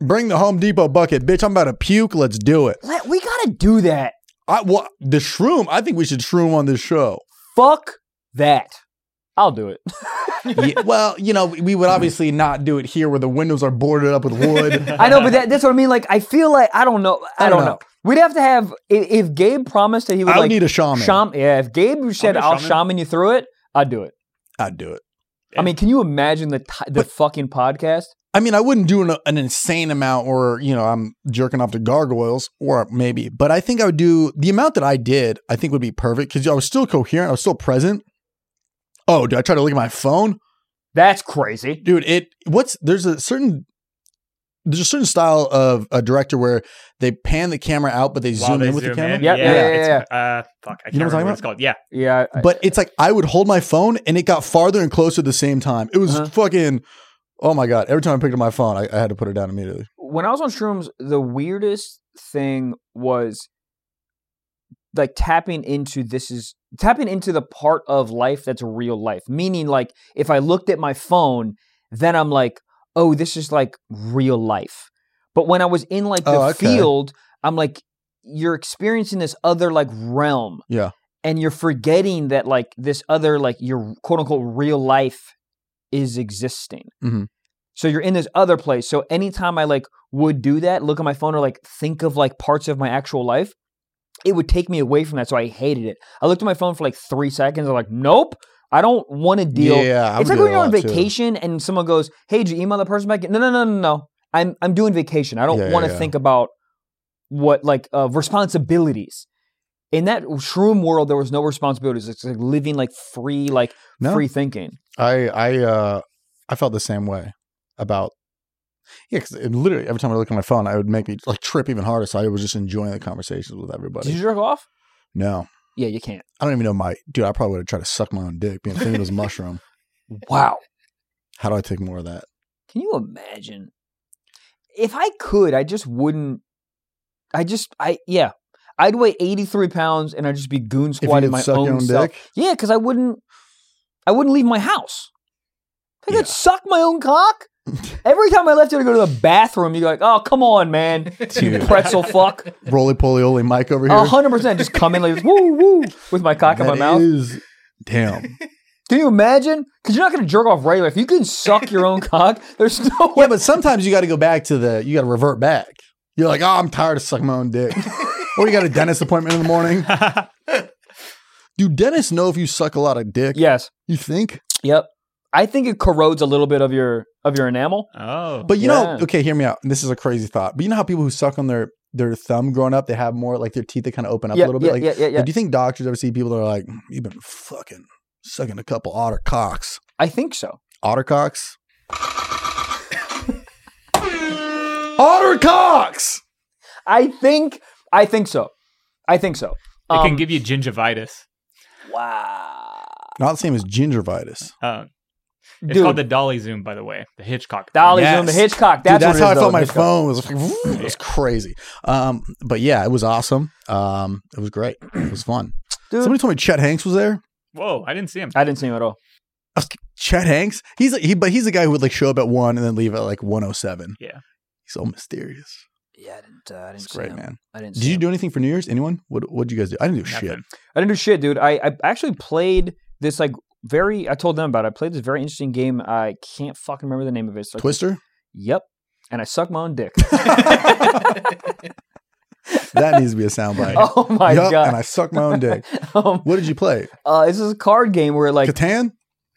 B: bring the Home Depot bucket, bitch. I'm about to puke. Let's do it.
A: Let, we gotta do that.
B: I well, the shroom. I think we should shroom on this show.
A: Fuck that. I'll do it.
B: Ye- well, you know, we would obviously not do it here where the windows are boarded up with wood.
A: I know, but that, that's what I mean. Like, I feel like I don't know. I, don't know. We'd have to have i- if, Gabe promised that he would
B: I would
A: like
B: need a shaman.
A: shaman. Yeah, if Gabe said
C: be a
A: I'll
C: shaman."
A: shaman you through it, I'd do it.
B: I'd do it.
A: I mean, can you imagine the t- the fucking podcast?
B: I mean, I wouldn't do an, an insane amount or, you know, I'm jerking off to gargoyles or maybe, but I think I would do the amount that I did, I think would be perfect because I was still coherent. I was still present. Oh, do I try to look at my phone?
A: That's crazy.
B: Dude, it, what's, there's a certain, there's a certain style of a director where they pan the camera out, but they
C: While
B: zoom
C: they
B: in with the
C: zoom
B: camera.
C: in,
A: Yeah, yeah, yeah,
C: it's- Uh, fuck, I can't
B: You know what I'm
C: remember
B: talking
C: what it's called. Yeah,
A: Yeah, I-
B: But it's like I would hold my phone and it got farther and closer at the same time. It was
A: Uh-huh.
B: fucking, oh my God. Every time I picked up my phone, I, I had to put it down immediately.
A: when I was on shrooms, the weirdest thing was like tapping into this is tapping into the part of life that's real life. Meaning, like if I looked at my phone, then I'm like, oh, this is like real life. But when I was in like the
B: Oh, okay.
A: field, I'm like, you're experiencing this other like realm.
B: Yeah.
A: And you're forgetting that like this other like your quote unquote real life is existing.
B: Mhm.
A: So you're in this other place. So anytime I like would do that, look at my phone or like think of like parts of my actual life, it would take me away from that. So I hated it. I looked at my phone for like three seconds. I'm like, nope, I don't want to deal.
B: Yeah. I
A: it's like
B: would do
A: when
B: that
A: you're
B: a
A: on
B: lot, too.
A: vacation and someone goes, "Hey, did you email the person back?" No, no, no, no, no. I'm I'm doing vacation. I don't
B: Yeah, yeah,
A: want to
B: yeah.
A: think about what like uh, responsibilities. In that shroom world, there was no responsibilities. It's like living like free, like
B: No.
A: free thinking.
B: I I uh I felt the same way about yeah, because literally every time I look at my phone, I would make me like trip even harder. So I was just enjoying the conversations with everybody.
A: Did you jerk off?
B: no,
A: Yeah, you can't.
B: I don't even know my dude. I probably would have tried to suck my own dick. Being thinking it was mushroom.
A: Wow.
B: How do I take more of that?
A: Can you imagine? If I could, I just wouldn't. I just, I yeah, I'd weigh eighty three pounds and I'd just be goon
B: If you
A: squatting
B: did
A: my
B: suck
A: own,
B: your own
A: self.
B: dick,
A: Yeah, because I wouldn't. I wouldn't leave my house. I could
B: Yeah.
A: suck my own cock. Every time I left here to go to the bathroom, you're like, "Oh, come on, man, you
B: Dude.
A: pretzel fuck!"
B: roly poly oly Mike over here.
A: A hundred percent, just come in like, this, "Woo, woo," with my Oh, cock in my
B: That
A: mouth.
B: is- damn.
A: Can you imagine? Because you're not going to jerk off regular. If you can suck your own cock, there's no way.
B: yeah, but sometimes you got to go back to the. You got to revert back. You're like, oh, I'm tired of sucking my own dick. or you got a dentist appointment in the morning. Do dentists know if you suck a lot of dick?
A: Yes.
B: You think?
A: Yep. I think it corrodes a little bit of your of your enamel.
C: oh,
B: But you know,
A: Yeah.
B: okay, hear me out. This is a crazy thought. But you know how people who suck on their their thumb growing up, they have more like their teeth that kind of open up
A: yeah,
B: a little bit.
A: yeah,
B: like,
A: yeah, yeah, yeah.
B: do you think doctors ever see people that are like, "You've been fucking sucking a couple otter cocks,
A: I think so.
B: otter cocks, otter cocks"?
A: I think I think so. I think so.
C: it
A: Um,
C: can give you gingivitis.
A: wow.
B: Not the same as gingivitis.
C: Uh, it's
A: Dude,
C: called the Dolly Zoom, by the way, the Hitchcock.
A: Dolly
B: Yes.
A: Zoom, the Hitchcock. That's,
B: Dude, that's
A: what
B: how
A: it
B: I
A: is,
B: felt
A: though,
B: my
A: Hitchcock.
B: phone was. Like, vroom, it was crazy. Um, but yeah, it was awesome. Um, it was great. It was fun.
A: Dude.
B: Somebody told me Chet Hanks was there.
C: Whoa, I didn't see him.
B: Oh,
A: I didn't see him at all.
B: I was like, Chet Hanks. He's he, but he's the guy who would like show up at one and then leave at like one oh seven.
C: Yeah.
B: he's so mysterious.
A: Yeah, I didn't. Uh, I didn't
B: It's
A: see
B: great,
A: him.
B: man.
A: I didn't.
B: Did
A: see
B: you
A: him.
B: do anything for New Year's? Anyone? What What did you guys do? I didn't do
C: Nothing.
B: shit.
A: I didn't do shit, dude. I, I actually played this like very. I told them about. it. I played this very interesting game. I can't fucking remember the name of it. It's like-
B: Twister.
A: Yep. And I sucked my own dick.
B: That needs to be a soundbite.
A: oh my
B: Yup, And
A: god.
B: I suck my own dick.
A: um,
B: What did you play?
A: uh, this is a card game where like.
B: Catan.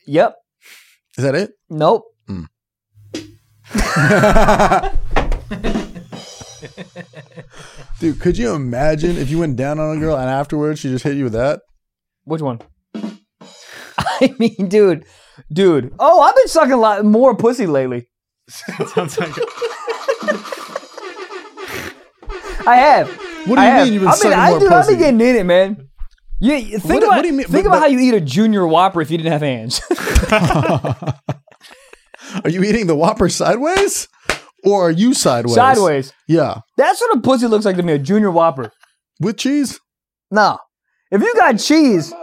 A: Yep.
B: Is that it?
A: Nope.
B: Dude, could you imagine if you went down on a girl and afterwards she just hit you with that?
A: Which one? I mean, dude, dude. Oh, I've been sucking a lot more pussy lately.
C: Sounds like
A: I have.
B: What do you mean you've been
A: I mean,
B: sucking
A: I
B: more
A: do. I
B: pussy?
A: be getting in it, man. You, you think
B: What-
A: about,
B: what do you mean-
A: think
B: but-
A: about
B: but-
A: how you eat a junior whopper if you didn't have hands.
B: Are you eating the Whopper sideways, or are you sideways?
A: Sideways.
B: Yeah,
A: That's what a pussy looks like to me, a junior whopper.
B: with cheese.
A: No. If you got cheese,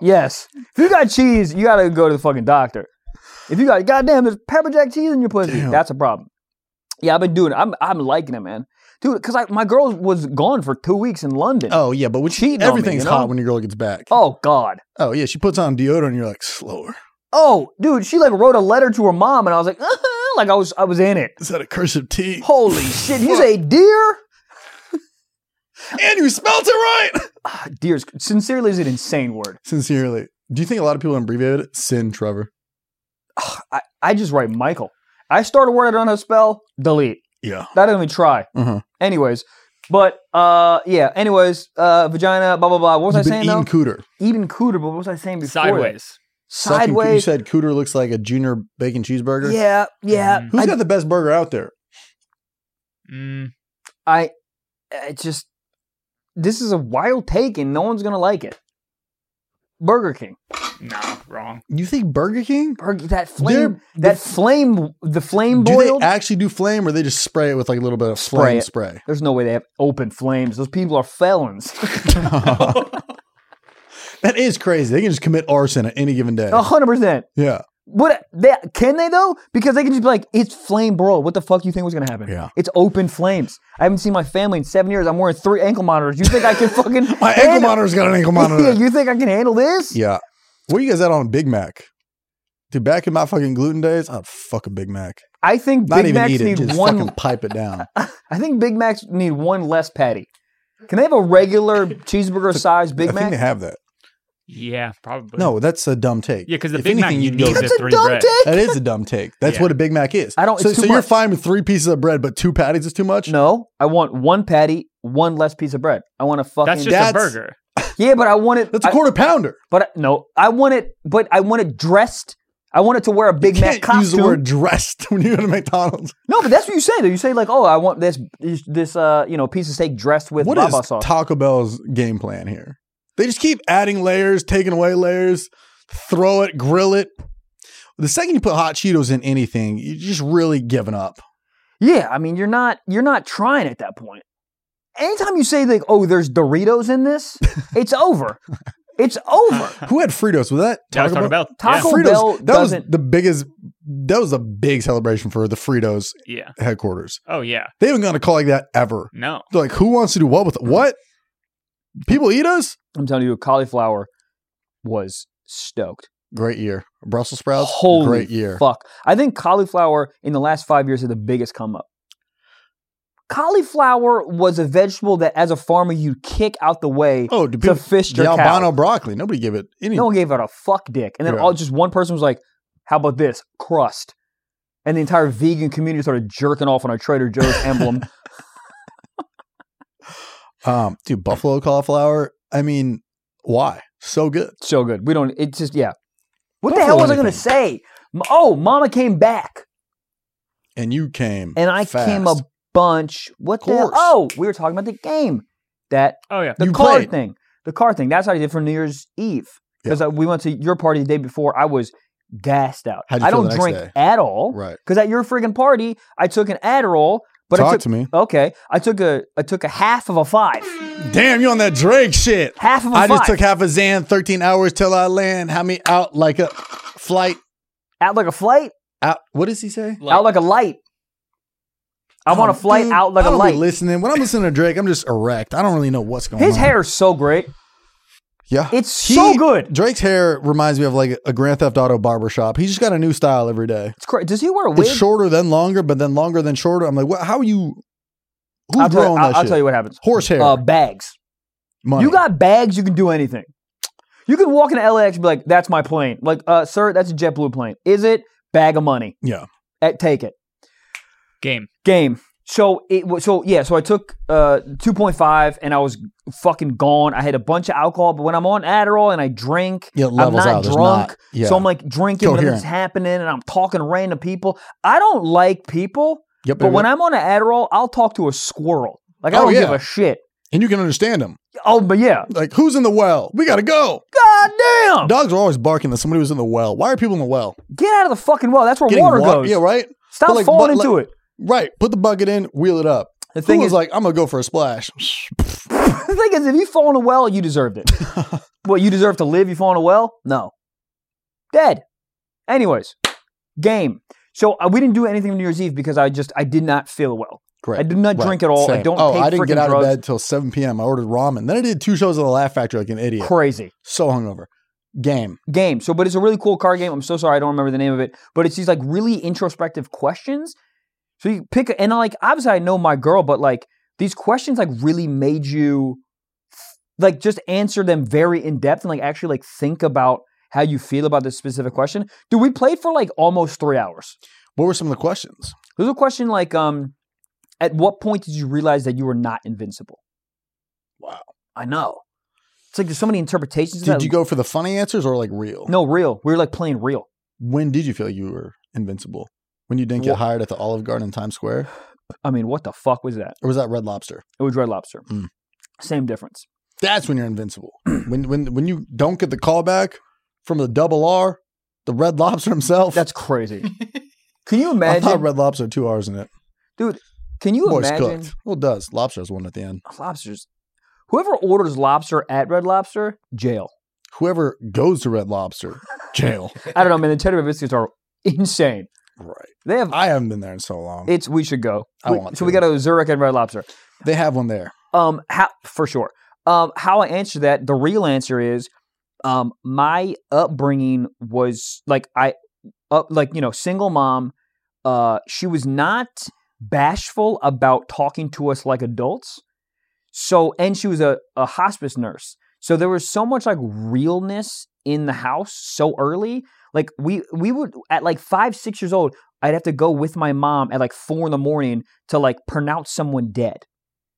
A: yes. If you got cheese, you gotta go to the fucking doctor. If you got goddamn, there's pepper jack cheese in your pussy.
B: Damn.
A: That's a problem. Yeah, I've been doing. It. I'm I'm liking it, man, dude. Because I my girl was gone for two weeks in London.
B: Oh yeah, but with cheese,
A: Cheating on me,
B: everything's
A: you know?
B: hot when your girl gets back. Oh.
A: Oh, God.
B: yeah, she puts on deodorant. and You're like slower.
A: Oh, dude, she like wrote a letter to her mom, and I was like, uh-huh, like I was I was in it.
B: Is that a curse of tea?
A: Holy shit! You say deer?
B: And you spelt it right.
A: Deer's sincerely Ah, is an insane word.
B: Sincerely, do you think a lot of people abbreviate it? Sin, Trevor.
A: Ah, I, I just write Michael. I start a word I don't know how to spell. Delete.
B: Yeah.
A: I don't even try.
B: Uh-huh.
A: Anyways, but uh, yeah. Anyways, uh, vagina. Blah blah blah. What was
B: You've
A: I
B: been
A: saying
B: eating
A: though?
B: cooter.
A: Eating cooter. But what was I saying before? that?
C: Sideways.
B: Sucking coo- You
A: Sideways.
B: said cooter looks like a junior bacon cheeseburger.
A: Yeah, yeah.
C: Mhm.
B: Who's
A: I,
B: got the best burger out there?
C: Mm,
A: I, I just. This is a wild take, and no one's gonna like it. Burger King.
C: no, wrong.
B: You think Burger King?
A: Burger, that
B: They're-
A: flame. that flame. The flame
B: Do
A: boiled.
B: they actually do flame, or they just spray it with like a little bit of
A: Spray
B: flame
A: it.
B: spray?
A: There's no way they have open flames. Those people are felons.
B: that is crazy. They can just commit arson at any given day.
A: A hundred percent.
B: Yeah.
A: What they can they though? Because they can just be like, it's flame broiled. What the fuck you think was gonna happen?
B: Yeah.
A: It's open flames. I haven't seen my family in seven years. I'm wearing three ankle monitors. You think I can fucking
B: My ankle monitor's got an ankle monitor.
A: Yeah, you think I can handle this?
B: Yeah. Where you guys at on Big Mac? Dude, back in my fucking gluten days, I'd fuck a Big Mac.
A: I think
B: Not
A: Big
B: even
A: Macs
B: eat it,
A: need
B: just
A: one.
B: fucking pipe it down.
A: I think Big Macs need one less patty. Can they have a regular cheeseburger sized Big
B: I think
A: Mac?
B: they have that.
C: Yeah, probably.
B: No, that's a dumb take.
C: Yeah, 'cause the
B: If
C: Big Mac, you
B: you'd go
C: need
B: with-
C: the
A: That's a
C: three
A: dumb
C: bread.
A: take.
B: That is a dumb take. That's
C: Yeah.
B: what a Big Mac is.
A: I don't-
B: So,
A: it's too
B: so you're
A: much.
B: fine with three pieces of bread, but two patties is too much.
A: No, I want one patty, one less piece of bread. I want a fucking
C: that's just
B: that's-
C: a burger.
A: yeah, but I want it.
B: that's a
A: I-
B: quarter pounder.
A: But I, no, I want it. But I want it dressed. I want it to wear a Big
B: You
A: Mac
B: can't use the
A: costume.
B: word dressed when you go to McDonald's.
A: No, but that's what you say though. You say like, oh, I want this this uh you know piece of steak dressed with
B: What
A: baba
B: is
A: sauce.
B: Taco Bell's game plan here? They just keep adding layers, taking away layers, throw it, grill it. The second you put hot Cheetos in anything, you're just really giving up.
A: yeah, I mean you're not you're not trying at that point. Anytime you say like, oh, there's Doritos in this, it's over. It's over.
B: Who had Fritos? Was that
C: That was Taco Bell.
A: Taco
B: Fritos.
A: Bell
B: that was
A: doesn't.
B: the biggest. That was a big celebration for the Fritos
C: Yeah. yeah.
B: headquarters.
C: Oh yeah.
B: They haven't gotten a call like that ever.
C: No.
B: They're like, who wants to do what with
A: Mm.
B: what? People eat us.
A: I'm telling you, cauliflower was stoked.
B: Great year. Brussels sprouts.
A: Holy
B: great year.
A: Fuck. I think cauliflower in the last five years is the biggest come up. Cauliflower was a vegetable that, as a farmer, you'd kick out the way
B: Oh, do
A: to
B: people?
A: fish
B: The
A: your cow.
B: albano broccoli. Nobody gave it any.
A: No one gave out a fuck dick. And then
B: Yeah.
A: all just one person was like, how about this? Crust. And the entire vegan community started jerking off on our Trader Joe's emblem.
B: Um, dude, buffalo cauliflower. I mean, why? So good.
A: So good. We don't, it's just, yeah. What
B: Buffalo
A: the hell was I going to
B: anything.
A: say? M- Oh, mama came back.
B: And you came.
A: And I
B: fast.
A: came a bunch. What the hell?
B: course.
A: Oh, we were talking about the game. That,
C: Oh yeah.
A: the
B: You
A: card
B: played.
A: thing. The card thing. That's how I did for New Year's Eve. Because we went to your party the day before. I was gassed out.
B: How'd you
A: I
B: feel
A: don't
B: the next
A: drink
B: day?
A: at all.
B: Right.
A: Because at your friggin' party, I took an Adderall, but I
B: Talk
A: took
B: to me.
A: Okay, I took a I took a half of a five.
B: Damn, you on that Drake shit.
A: Half of a
B: I
A: five.
B: just took half a Xan, 13 hours till I land. Had me out like a flight.
A: out like a flight,
B: Out. What does he say?
A: out like a light. I want a
B: Oh,
A: flight
B: dude,
A: out like
B: I
A: a
B: don't be
A: light.
B: listening. When I'm listening to Drake, I'm just erect. I don't really know what's going
A: His
B: on.
A: hair is so great.
B: Yeah.
A: It's so good.
B: Drake's hair reminds me of like a Grand Theft Auto barbershop. He's just got a new style every day.
A: It's great. Does he wear a wig?
B: It's shorter, then longer, but then longer, then shorter. I'm like, what, how are you? Who's
A: I'll, tell,
B: growing
A: I'll-
B: that
A: I'll
B: shit?
A: tell you what happens.
B: Horse hair.
A: Uh, bags.
B: money.
A: You got bags. You can do anything. You can walk into LAX and be like, "That's my plane." Like, uh, sir, that's a JetBlue plane. Is it? Bag of money.
B: Yeah.
A: Eh, take it.
C: Game.
A: game. So it was so yeah. So I took uh 2.5 and I was fucking gone. I had a bunch of alcohol, but when I'm on Adderall and I drink,
B: Yeah, it
A: I'm
B: levels
A: not
B: out. There's
A: drunk.
B: not- yeah.
A: So I'm like drinking when
B: Coherent.
A: it's happening, and I'm talking to random people. I don't like people,
B: Yep,
A: but
B: yep,
A: when
B: yep.
A: I'm on an Adderall, I'll talk to a squirrel. Like I
B: Oh,
A: don't give
B: yeah.
A: a shit.
B: and you can understand them.
A: Oh, but yeah.
B: Like, who's in the well? We gotta go.
A: God damn!
B: Dogs are always barking that somebody was in the well. Why are people in the well?
A: Get out of the fucking well. That's where water
B: wa-
A: goes.
B: Yeah, right.
A: Stop
B: But like-
A: falling
B: but
A: into
B: like-
A: it.
B: Right. Put the bucket in, wheel it up.
A: The
B: Thing
A: thing
B: was
A: is,
B: like, I'm gonna go for a splash.
A: the thing is, if you fall in a well, you deserved it. what you deserve to live? You fall in a well? No, dead. Anyways, game. So uh, we didn't do anything on New Year's Eve because I just I did not feel well.
B: Great.
A: I did not
B: Right.
A: drink at all. I
B: Same.
A: don't
B: Oh,
A: take
B: I didn't
A: freaking
B: get out
A: drugs.
B: of bed till 7 p.m. I ordered ramen. Then I did two shows at the Laugh Factory like an idiot.
A: Crazy.
B: so hungover. Game.
A: game. So, but it's a really cool card game. I'm so sorry I don't remember the name of it, but it's these like really introspective questions. So you pick, and like obviously I know my girl, but like these questions like really made you like just answer them very in depth and like actually like think about how you feel about this specific question. Dude, we played for like almost three hours.
B: What were some of the questions?
A: There's a question like, um, at what point did you realize that you were not invincible?
B: Wow.
A: I know. It's like there's so many interpretations. of
B: Did
A: that.
B: you go for the funny answers or like real?
A: No, real. We were like playing real.
B: When did you feel you were invincible? When you didn't get
A: Wha-
B: hired at the Olive Garden in Times Square?
A: I mean, what the fuck was that?
B: Or was that Red Lobster?
A: It was Red Lobster.
B: Mm.
A: Same difference.
B: That's when you're invincible. when when when you don't get the call back from the double R, the Red Lobster himself.
A: That's crazy. Can you
B: I thought
A: imagine?
B: Red Lobster had two R's in it.
A: can you
B: Boy's
A: imagine
B: cooked. Well, it does. Lobster has one at the end.
A: lobsters? Whoever orders lobster at Red Lobster, jail.
B: Whoever goes to Red Lobster, jail.
A: I don't know, man. The cheddar biscuits are insane.
B: right.
A: They have.
B: I haven't been there in so long.
A: it's we should go.
B: I
A: We-
B: want
A: so we
B: to.
A: got Um, to Zurich and Red Lobster.
B: they have one there.
A: Um, how for sure. Um, how I answer that, the real answer is, um, my upbringing was like I, up like you know, single mom. Uh, she was not bashful about talking to us like adults. So, and she was a, a hospice nurse. So there was so much like realness in the house so early. Like we we would at like five six years old, I'd have to go with my mom at like four in the morning to like pronounce someone dead.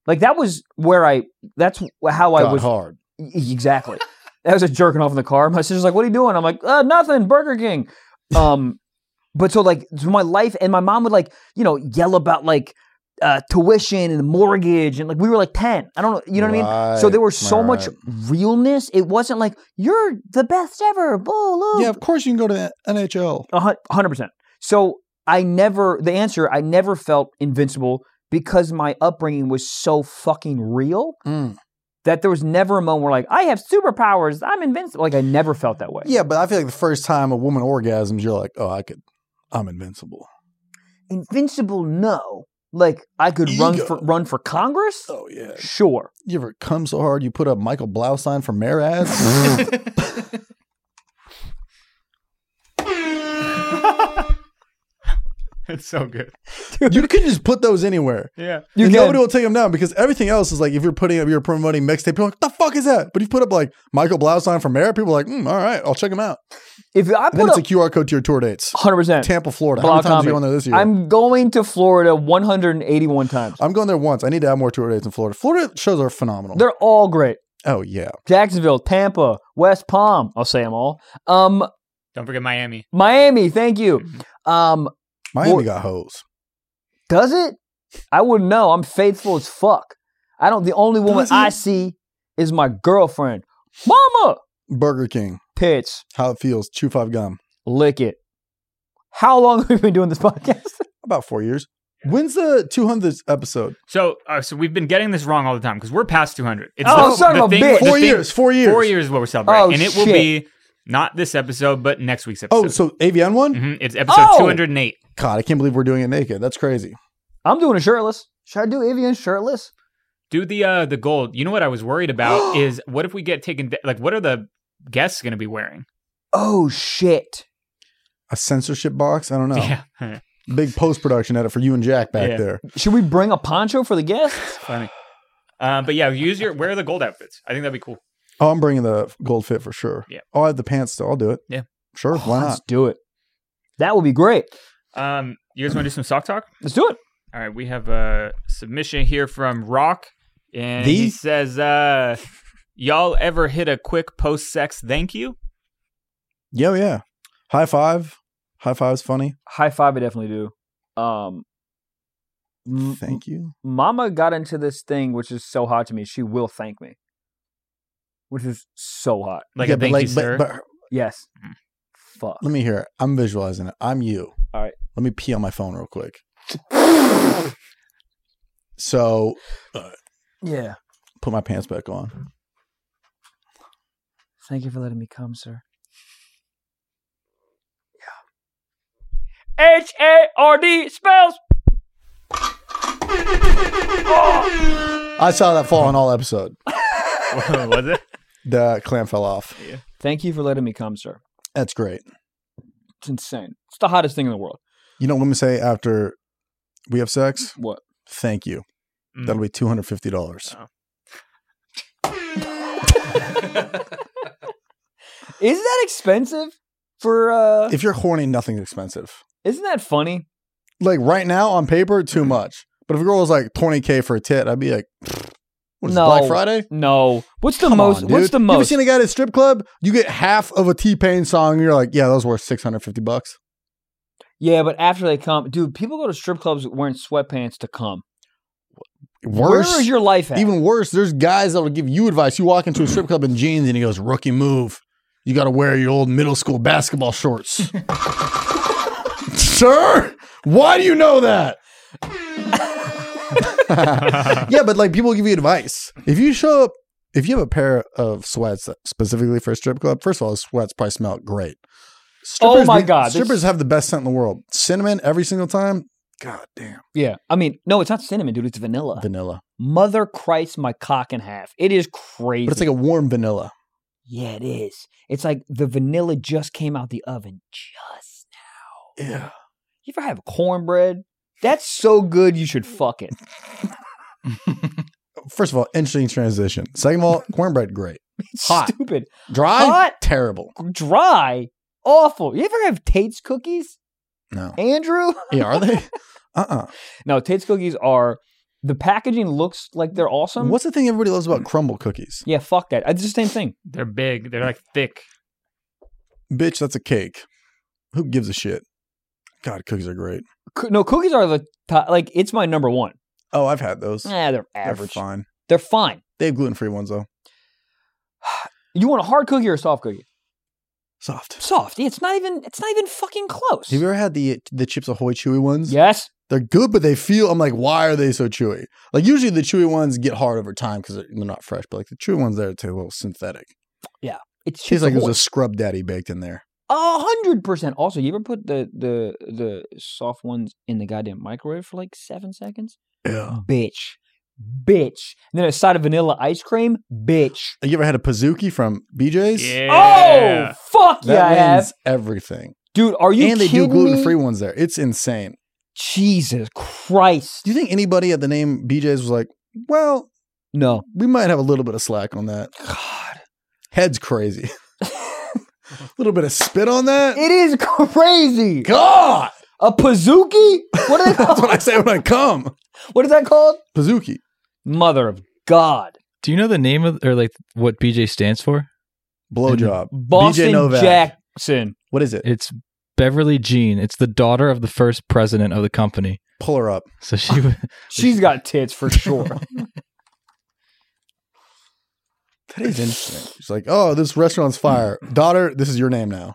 A: Like that was where I. That's how I
B: Got
A: was
B: hard.
A: E- Exactly. that was a jerking off in the car. My sister's like, "What are you doing?" I'm like, uh, "Nothing, Burger King." Um, but so like so my life, and my mom would like you know yell about like uh, tuition and mortgage, and like we were like ten. I don't know, you know what I mean. So there
B: Right,
A: was so much
B: right.
A: realness. It wasn't like you're the best ever. Boo,
B: Yeah, of course you can go to the NHL.
A: hundred percent. So I never the answer. I never felt invincible because my upbringing was so fucking real
B: Mm.
A: that there was never a moment where like I have superpowers, I'm invincible. Like I never felt that way.
B: Yeah, but I feel like the first time a woman orgasms, you're like, oh, I could, I'm invincible.
A: Invincible, no. Like I could run
B: Ego.
A: for run for Congress.
B: Oh yeah.
A: Sure.
B: You ever come so hard you put a Michael Blau sign for mayor ass?
C: it's so good.
B: you can just put those anywhere.
C: Yeah.
A: You
B: and
A: can.
B: nobody will take them down because everything else is like if you're putting up, you're promoting mixtape. People are like, the fuck is that? But if you put up like Michael Blau sign for mayor, people are like, mm, all right, I'll check them out.
A: If I
B: And then
A: put
B: it's
A: up
B: a QR code to your tour dates.
A: hundred percent,
B: Tampa, Florida.
A: Blau
B: How many times are
A: comedy.
B: you on there this year?
A: I'm going to Florida 181 times.
B: I'm going there once. I need to have more tour dates in Florida. Florida shows are phenomenal.
A: They're all great.
B: oh yeah.
A: Jacksonville, Tampa, West Palm. I'll say them all. Um,
C: Don't forget Miami.
A: Miami. Thank you. Um,
B: Miami
A: Or-
B: got hoes.
A: does it? I wouldn't know. I'm faithful as fuck. I don't. The only woman
B: Does it?
A: I see is my girlfriend. Mama.
B: Burger King.
A: Pitch.
B: How it feels. Chew five gum.
A: lick it. How long have we been doing this podcast?
B: About four years. When's the 200th episode?
C: So, uh, so we've been getting this wrong all the time because we're past 200. It's
A: Oh,
C: the,
A: son
C: the
A: of a
C: thing-
A: bitch.
C: the
B: Four
C: thing-
B: years. Four years.
C: Four years is what we're celebrating,
A: Oh,
C: and it will
A: shit.
C: be not this episode, but next week's episode.
B: Oh, so AVN one?
C: Mhm, it's episode
A: Oh!
C: 208.
B: God, I can't believe we're doing it naked. That's crazy.
A: I'm doing a shirtless. Should I do Avian shirtless?
C: Do the uh the gold. You know what I was worried about is what if we get taken? da- Like, what are the guests going to be wearing?
A: Oh shit.
B: A censorship box? I don't
A: Oh.
B: know.
C: Yeah,
B: Big post production edit for you and Jack back
C: Yeah.
B: there.
A: Should we bring a poncho for the guests?
C: funny. Uh, but yeah, use your wear the gold outfits. I think that'd be cool.
B: Oh, I'm bringing the gold fit for sure.
C: Yeah.
B: Oh, I have the pants still. I'll do it.
C: Yeah.
B: Sure.
A: Oh,
B: why not?
A: Let's do it. That would be great.
C: Um, you guys want to do some sock talk?
A: Let's do it.
C: All right, we have a submission here from Rock, and he
B: The-
C: says, uh, "Y'all ever hit a quick post-sex thank you?"
B: Yeah, yeah. High five. High five's funny.
A: High five, I definitely do. Um,
C: Mm-hmm.
A: M-
B: Thank you.
A: Mama got into this thing, which is so hot to me. She will thank me, which is so hot.
C: Like
B: Yeah,
C: a thank
B: like,
C: you, sir.
B: But, but
A: Yes.
C: Mhm.
A: Fuck.
B: let me hear it. I'm visualizing it. I'm you.
A: All right.
B: Let me pee on my phone real quick. so
A: Yeah.
B: put my pants back on.
A: Thank you for letting me come, sir. Yeah. H A R D spells.
B: I saw that fall on all episode.
C: was it?
B: The clam fell off.
A: Thank you for letting me come, sir.
B: That's great.
A: It's insane. It's the hottest thing in the world.
B: You know what women say after we have sex?
A: What?
B: Thank you.
C: Mm.
B: That'll be two hundred fifty dollars.
A: Is that expensive? For uh,
B: If you're horny, nothing's expensive.
A: isn't that funny?
B: Like right now on paper,
A: Mm.
B: too much. But if a girl was like twenty k for a tit, I'd be like, what is it,
A: No.
B: Black Friday?
A: No. What's the
B: Come
A: most?
B: on,
A: what's
B: dude.
A: the
B: You ever
A: most?
B: seen a guy at a strip club? You get half of a T Pain song, and you're like, yeah, that was worth six hundred fifty bucks.
A: yeah, but after they come, dude, people go to strip clubs wearing sweatpants to come.
B: Worse,
A: Where is your life at?
B: even worse. There's guys that'll give you advice. You walk into a strip club in jeans, and he goes, rookie move. You got to wear your old middle school basketball shorts. Sir, why do you know that? yeah, but like people give you advice. If you show up, if you have a pair of sweats specifically for a strip club, first of all, the sweats probably smell great.
A: Oh my
B: the-
A: God, this-
B: Strippers have the best scent in the world. Cinnamon every single time. God damn.
A: yeah, I mean, no, it's not cinnamon, dude. It's vanilla.
B: Vanilla.
A: Mother Christ, my cock in half. It is crazy.
B: But it's like a warm vanilla.
A: yeah, it is. It's like the vanilla just came out the oven just now.
B: Yeah.
A: You ever have cornbread? That's so good, you should fuck it.
B: First of all, interesting transition. Second of all, cornbread, great.
A: It's
B: Hot.
A: stupid,
B: Dry,
A: Hot.
B: terrible.
A: dry, awful. You ever have Tate's cookies,
B: No.
A: Andrew?
B: Yeah, are they? Uh uh
A: No, Tate's cookies are. The packaging looks like they're awesome.
B: What's the thing everybody loves about crumble cookies?
A: Yeah, fuck that. It's the same thing.
C: They're big. They're like thick.
B: Bitch, that's a cake. Who gives a shit? God, cookies are great.
A: Coo- No, cookies are the top, like it's my number one.
B: Oh, I've had those.
A: Yeah, they're
B: They're
A: average.
B: fine.
A: They're fine.
B: They have gluten free ones though.
A: You want a hard cookie or a soft cookie?
B: Soft.
A: Soft. It's not even. It's not even fucking close.
B: Have you ever had the the Chips Ahoy chewy ones?
A: yes.
B: They're good, but they feel. I'm like, why are they so chewy? Like usually the chewy ones get hard over time because they're, they're not fresh. But like the chewy ones, they're a little synthetic.
A: It's
B: Tastes
A: just
B: like
A: like
B: there's
A: a
B: a scrub daddy baked in there.
A: hundred percent. Also, you ever put the the the soft ones in the goddamn microwave for like seven seconds?
B: Yeah.
A: Bitch, bitch. And then a side of vanilla ice cream. Bitch.
B: You ever had a Pazuki from BJ's?
A: Oh fuck
B: That
A: yeah, I
B: wins
A: have.
B: everything.
A: Dude, are you
B: and they do
A: kidding
B: gluten free
A: me?
B: ones there. It's insane.
A: Jesus Christ.
B: Do you think anybody at the name BJ's was like, well,
A: No.
B: we might have a little bit of slack on that.
A: God.
B: Head's crazy. a little bit of spit on that.
A: It is crazy.
B: God,
A: A Pazuki? What are they
B: that's what
A: called?
B: I say when I come.
A: what is that called?
B: Pazuki.
A: Mother of God.
F: Do you know the name of or like what BJ stands for?
B: Blowjob.
A: Boston
B: Novak.
A: Jackson.
B: What is it?
F: It's Beverly Jean. It's the daughter of the first president of the company.
B: Pull her up.
F: So she was
A: She's got tits for sure.
B: That is interesting. She's like, oh, this restaurant's fire. Daughter, this is your name now.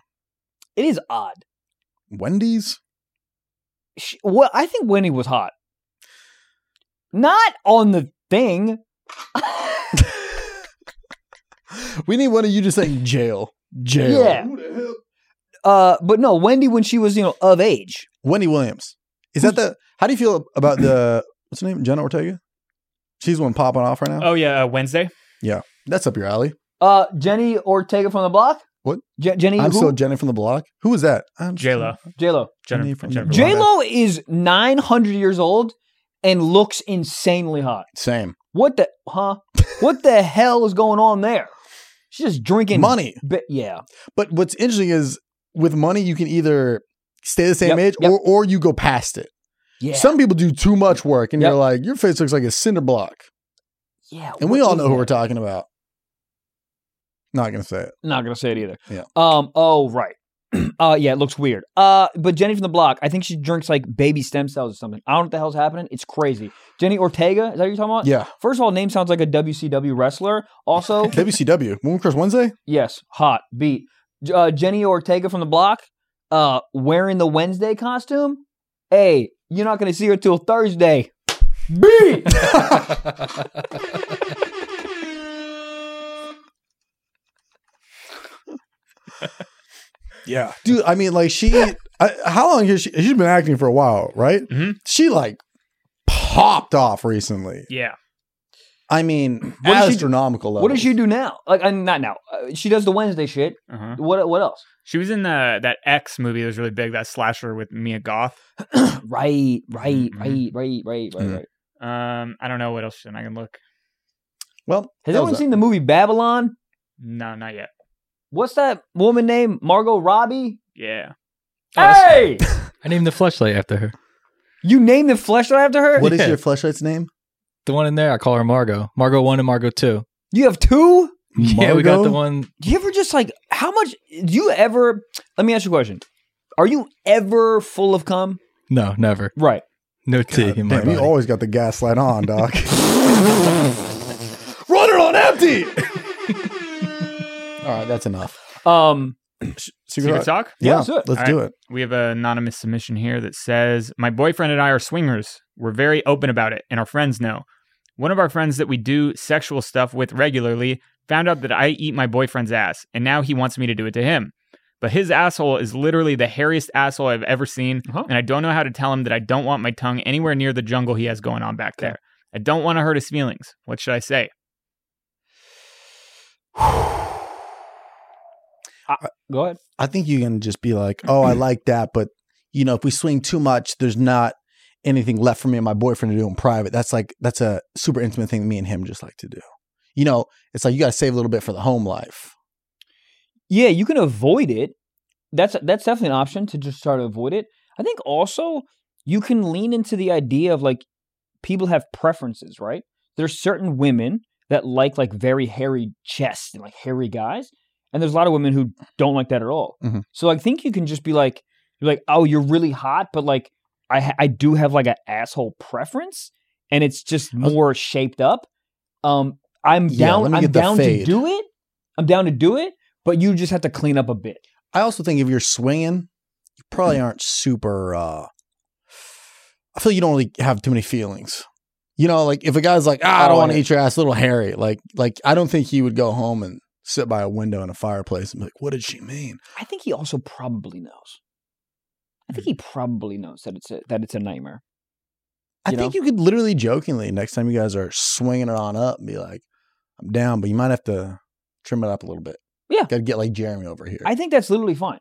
A: it is odd.
B: Wendy's?
A: She, well, I think Winnie was hot. Not on the thing.
B: We need one of you just saying jail. Jail.
A: Yeah.
D: Who the hell?
A: Uh, but no, Wendy when she was, you know, of age.
B: Wendy Williams. Is that the, how do you feel about the, what's her name? Jenna Ortega? She's the one popping off right now.
C: Oh yeah, uh, Wednesday.
B: That's up your alley.
A: Uh, Jenny Ortega from the block?
B: What?
A: Je- Jenny
B: I'm
A: who?
B: still Jenny from the block. Who is that? I'm
C: J Lo.
A: J-Lo.
B: Jenny from-
C: Jennifer.
A: J Lo is nine hundred years old and looks insanely hot.
B: Same.
A: What the huh? what the hell is going on there? She's just drinking
B: Money.
A: But yeah,
B: But what's interesting is with money, you can either stay the same
A: Yep,
B: age
A: yep.
B: or, or you go past it.
A: yeah,
B: Some people do too much work and
A: Yep.
B: you're like, your face looks like a cinder block.
A: yeah.
B: And
A: what
B: we all
A: is
B: know who we're
A: that?
B: talking about. Not going to say it.
A: Not gonna say it either.
B: Yeah.
A: Um. Oh right. uh, yeah, it looks weird. Uh, but Jenny from the block, I think she drinks like baby stem cells or something. I don't know what the hell's happening. It's crazy. Jenny Ortega, is that what you're talking about?
B: Yeah.
A: First of all, name sounds like a WCW wrestler. Also,
B: WCW. Woman Crush Wednesday?
A: yes, hot beat. J- Uh, Jenny Ortega from the block, uh, wearing the Wednesday costume. Hey, you're not gonna see her till Thursday. Beat.
B: Yeah. Dude, I mean, like, she, I, how long has she, she's been acting for a while, right?
A: Mm-hmm.
C: Mhm.
B: She, like, popped off recently.
C: Yeah.
B: I mean,
A: What does she-
B: astronomical level.
A: What does she do now? Like, uh, not now. Uh, she does the Wednesday shit.
C: Uh-huh.
A: What? What else?
C: She was in uh, that X movie that was really big, that slasher with Mia Goth.
A: right, right,
B: Mm-hmm.
C: Mhm.
A: right, right, right, right,
B: Mhm.
A: right.
C: Um, I don't know what else. she's in. I can look.
B: Well,
A: Has
B: that
A: anyone
B: was
A: seen the movie Babylon?
C: No, not yet.
A: What's that woman named Margot Robbie?
C: Yeah.
F: Oh, that's-
A: hey,
F: I named the fleshlight after her.
A: you named the fleshlight after her.
B: it. What is
F: Yeah.
B: your fleshlight's name?
F: The one in there, I call her Margot. Margot one and Margot two.
A: You have two.
F: Yeah, we got the
B: Margot?
F: one.
A: Do you ever just like how much? Do you ever? Let me ask you a question. Are you ever full of cum?
F: No, never.
A: Right.
F: No tea in my
B: Damn, Uh, you
F: body.
B: always got the gaslight on, Doc. Runner on empty. All right, that's enough.
A: Um.
C: Secret Talk?
B: Yeah,
A: let's do it.
B: let's
C: All
B: do it.
C: We have an anonymous submission here that says My boyfriend and I are swingers. We're very open about it, and our friends know. One of our friends that we do sexual stuff with regularly found out that I eat my boyfriend's ass, and now he wants me to do it to him. But his asshole is literally the hairiest asshole I've ever seen,
A: Uh-huh.
C: and I don't know how to tell him that I don't want my tongue anywhere near the jungle he has going on back there. I don't want to hurt his feelings. What should I say?
A: Go ahead.
B: I think you can just be like, oh, I like that, but you know, if we swing too much, there's not anything left for me and my boyfriend to do in private. That's like that's a super intimate thing that me and him just like to do. You know, it's like you gotta save a little bit for the home life.
A: Yeah, you can avoid it. That's that's definitely an option to just try to avoid it. I think also you can lean into the idea of like people have preferences, right? There's certain women that like like very hairy chests and like hairy guys, and there's a lot of women who don't like that at all.
B: Mhm.
A: So I think you can just be like, you're like, oh, you're really hot, but like I ha- I do have like an asshole preference, and it's just more shaped up. Um, I'm
B: Yeah, let
A: down.
B: me
A: I'm
B: get the
A: down to
B: fade.
A: do it. I'm down to do it but you just have to clean up a bit.
B: I also think if you're swinging, you probably
A: Mm.
B: aren't super. uh I feel you don't really have too many feelings. You know, like if a guy's like, ah, I
A: Oh,
B: don't want to
A: yeah.
B: eat your ass, little Harry. Like, like I don't think he would go home and sit by a window in a fireplace and be like, what did she mean?
A: I think he also probably knows. I
B: Hmm.
A: think he probably knows that it's a, that it's a nightmare.
B: I
A: You
B: think
A: know?
B: you could literally jokingly next time you guys are swinging it on up, be like, I'm down, but you might have to trim it up a little bit.
A: Yeah.
B: got to get like Jeremy over here
A: I think that's literally fine.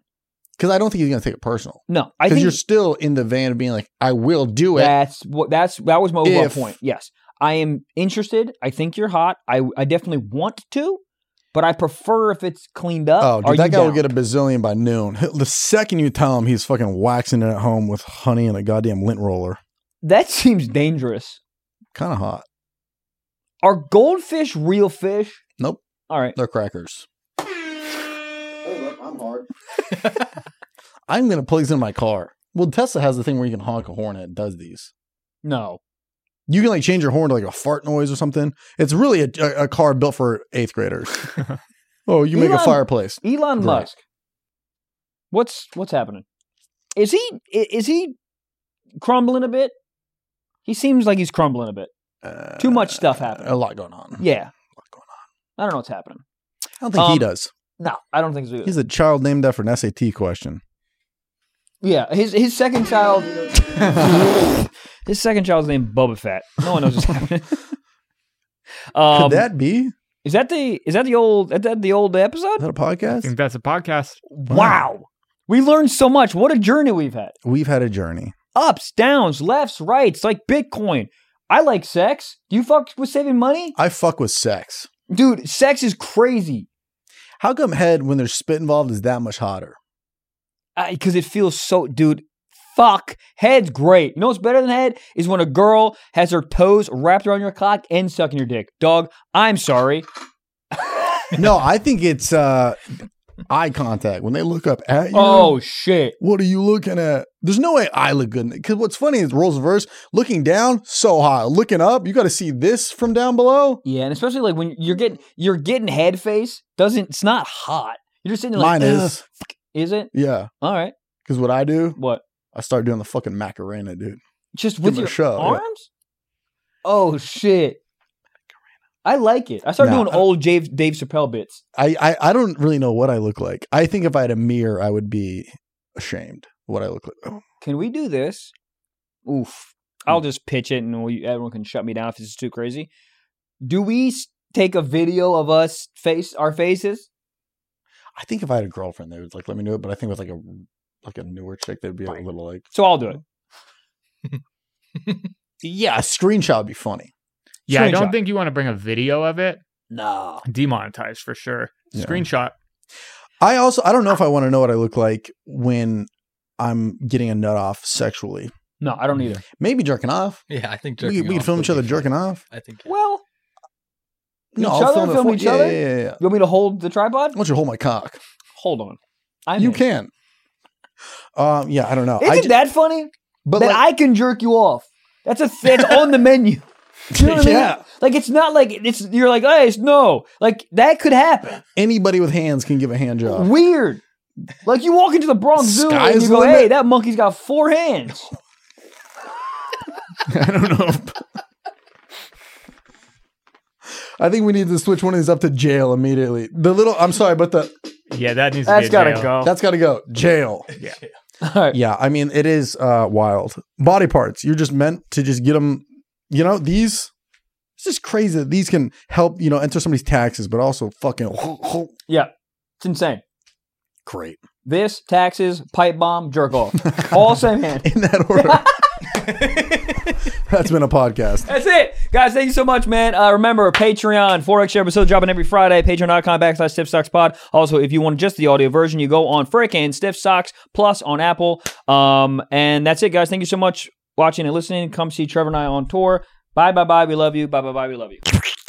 B: because I, don't think he's gonna take it personal.
A: No, I
B: Because
A: think
B: you're still in the van of being like, I will do it.
A: that's what that's that was my overall
B: If-
A: point. Yes, I am interested. I think you're hot. I I definitely want to, but I prefer if it's cleaned up.
B: Oh,
A: Are
B: dude, that
A: you
B: guy will
A: down?
B: get a bazillion by noon. The second you tell him he's fucking waxing it at home with honey and a goddamn lint roller,
A: That seems dangerous.
B: kind of hot.
A: Are goldfish real fish?
B: Nope.
A: All right.
B: They're crackers.
D: Hey, look, I'm hard.
B: I'm gonna plug this in my car. Well, Tesla has the thing where you can honk a horn and it does these.
A: No.
B: You can like change your horn to like a fart noise or something. It's really a, a, a car built for eighth graders. oh, you make
A: Elon-
B: a fireplace.
A: Elon
B: Right.
A: Musk. What's what's happening? Is he i- is he crumbling a bit? He seems like he's crumbling a bit.
B: Uh,
A: Too much stuff happening.
B: A lot going on.
A: Yeah.
B: Mm-hmm. What's going
A: I don't know what's happening.
B: I don't think
A: Um,
B: he does.
A: No, I don't think so.
B: He's a child named after an SAT question.
A: yeah, his his second child his second child's named Boba Fett. No one knows what's happening.
B: Could
A: um,
B: that be? Is
A: is that the is that the old is that the old episode?
B: that a
C: I
B: podcast?
C: think that's a podcast.
A: Wow. We learned so much. What a journey we've had.
B: We've had a journey.
A: Ups, downs, lefts, rights, like Bitcoin. I like sex. Do you fuck with saving money?
B: I fuck with sex.
A: Dude, sex is crazy
B: How come head when there's spit involved is that much hotter?
A: because it feels so. Dude, fuck. Head's great. You know what's better than head is when a girl has her toes wrapped around your cock and sucking your dick. Dog, I'm sorry.
B: no, I think it's uh eye contact when they look up at you.
A: Oh shit.
B: What are you looking at? There's no way I look good. Because what's funny is roles reverse. Looking down, so high. Looking up, you got to see this from down below.
A: Yeah, and especially like when you're getting you're getting head face doesn't it's not hot. You're just sitting there like
B: Mine is.
A: "Ugh, is it?
B: Yeah.
A: All right.
B: Because what I do,
A: What?
B: I start doing the fucking Macarena, dude.
A: Just
B: Give
A: with
B: it a
A: your
B: shot, yeah.
A: arms? Oh shit. I like it. I started
B: Nah,
A: doing
B: I don't-
A: old Dave, Dave Chappelle bits.
B: I, I, I don't really know what I look like. I think if I had a mirror, I would be ashamed of what I look like. Oh,
A: Can we do this? Oof.
B: Hmm.
A: I'll just pitch it and we, everyone can shut me down if this is too crazy. Do we s- take a video of us face our faces?
B: I think if I had a girlfriend, they would like let me do it. But I think with like a like a newer chick, they'd be a little like,
A: So I'll do it.
B: yeah, a screenshot would be funny.
C: Yeah, I don't
A: Screenshot.
C: think you want to bring a video of it.
A: No.
C: Demonetized for sure.
B: Yeah.
C: Screenshot.
B: I also I don't know if I want to know what I look like when I'm getting a nut off sexually.
A: No, I don't either.
B: Maybe jerking off.
F: Yeah, I think
B: we
F: jerking
B: we could
F: off
B: film
F: would
B: each other
F: be
B: jerking
F: fun.
B: off.
F: I think.
A: Well,
B: No,
A: Each
B: I'll
A: other
B: film, it
A: film
B: for-
A: each
B: yeah,
A: other?
B: Yeah, yeah, yeah.
A: you want me to hold the tripod?
B: I want you to hold my cock.
A: Hold on. I
B: you can. Um, yeah, I don't know.
A: Isn't
B: I ju-
A: that funny?
B: but
A: that
B: like,
A: I can jerk you off. That's a that's on the menu. Do you know what I mean?
B: Yeah.
A: Like it's not like it's you're like, hey, it's no. Like that could happen.
B: anybody with hands can give a hand job.
A: Weird. Like you walk into the Bronx Zoo
B: Uh, Sky's
A: and you
B: the
A: go,
B: limit.
A: hey, that monkey's got four hands.
B: I don't know. I think we need to switch one of these up to jail immediately. The little, I'm sorry, but the
C: Yeah, that needs to
A: That's
C: be a
A: gotta
C: jail.
A: go.
B: that's got to go. Jail.
A: All right.
B: Yeah, I mean it is uh, wild. Body parts, you're just meant to just get them. You know these. It's just crazy that these can help you know enter somebody's taxes, but also fucking
A: It's insane.
B: great
A: This, taxes, pipe bomb, jerk off. All same hand.
B: in that order. That's been a podcast.
A: That's it. Guys, thank you so much, man. Uh, remember, Patreon, 4X episode dropping every Friday, patreon.com backslash Stiff Socks Pod. Also, if you want just the audio version, you go on Frick and Stiff Socks Plus on Apple. Um, and that's it, guys. Thank you so much watching and listening. Come see Trevor and I on tour. Bye, bye, bye. We love you. Bye, bye, bye. We love you.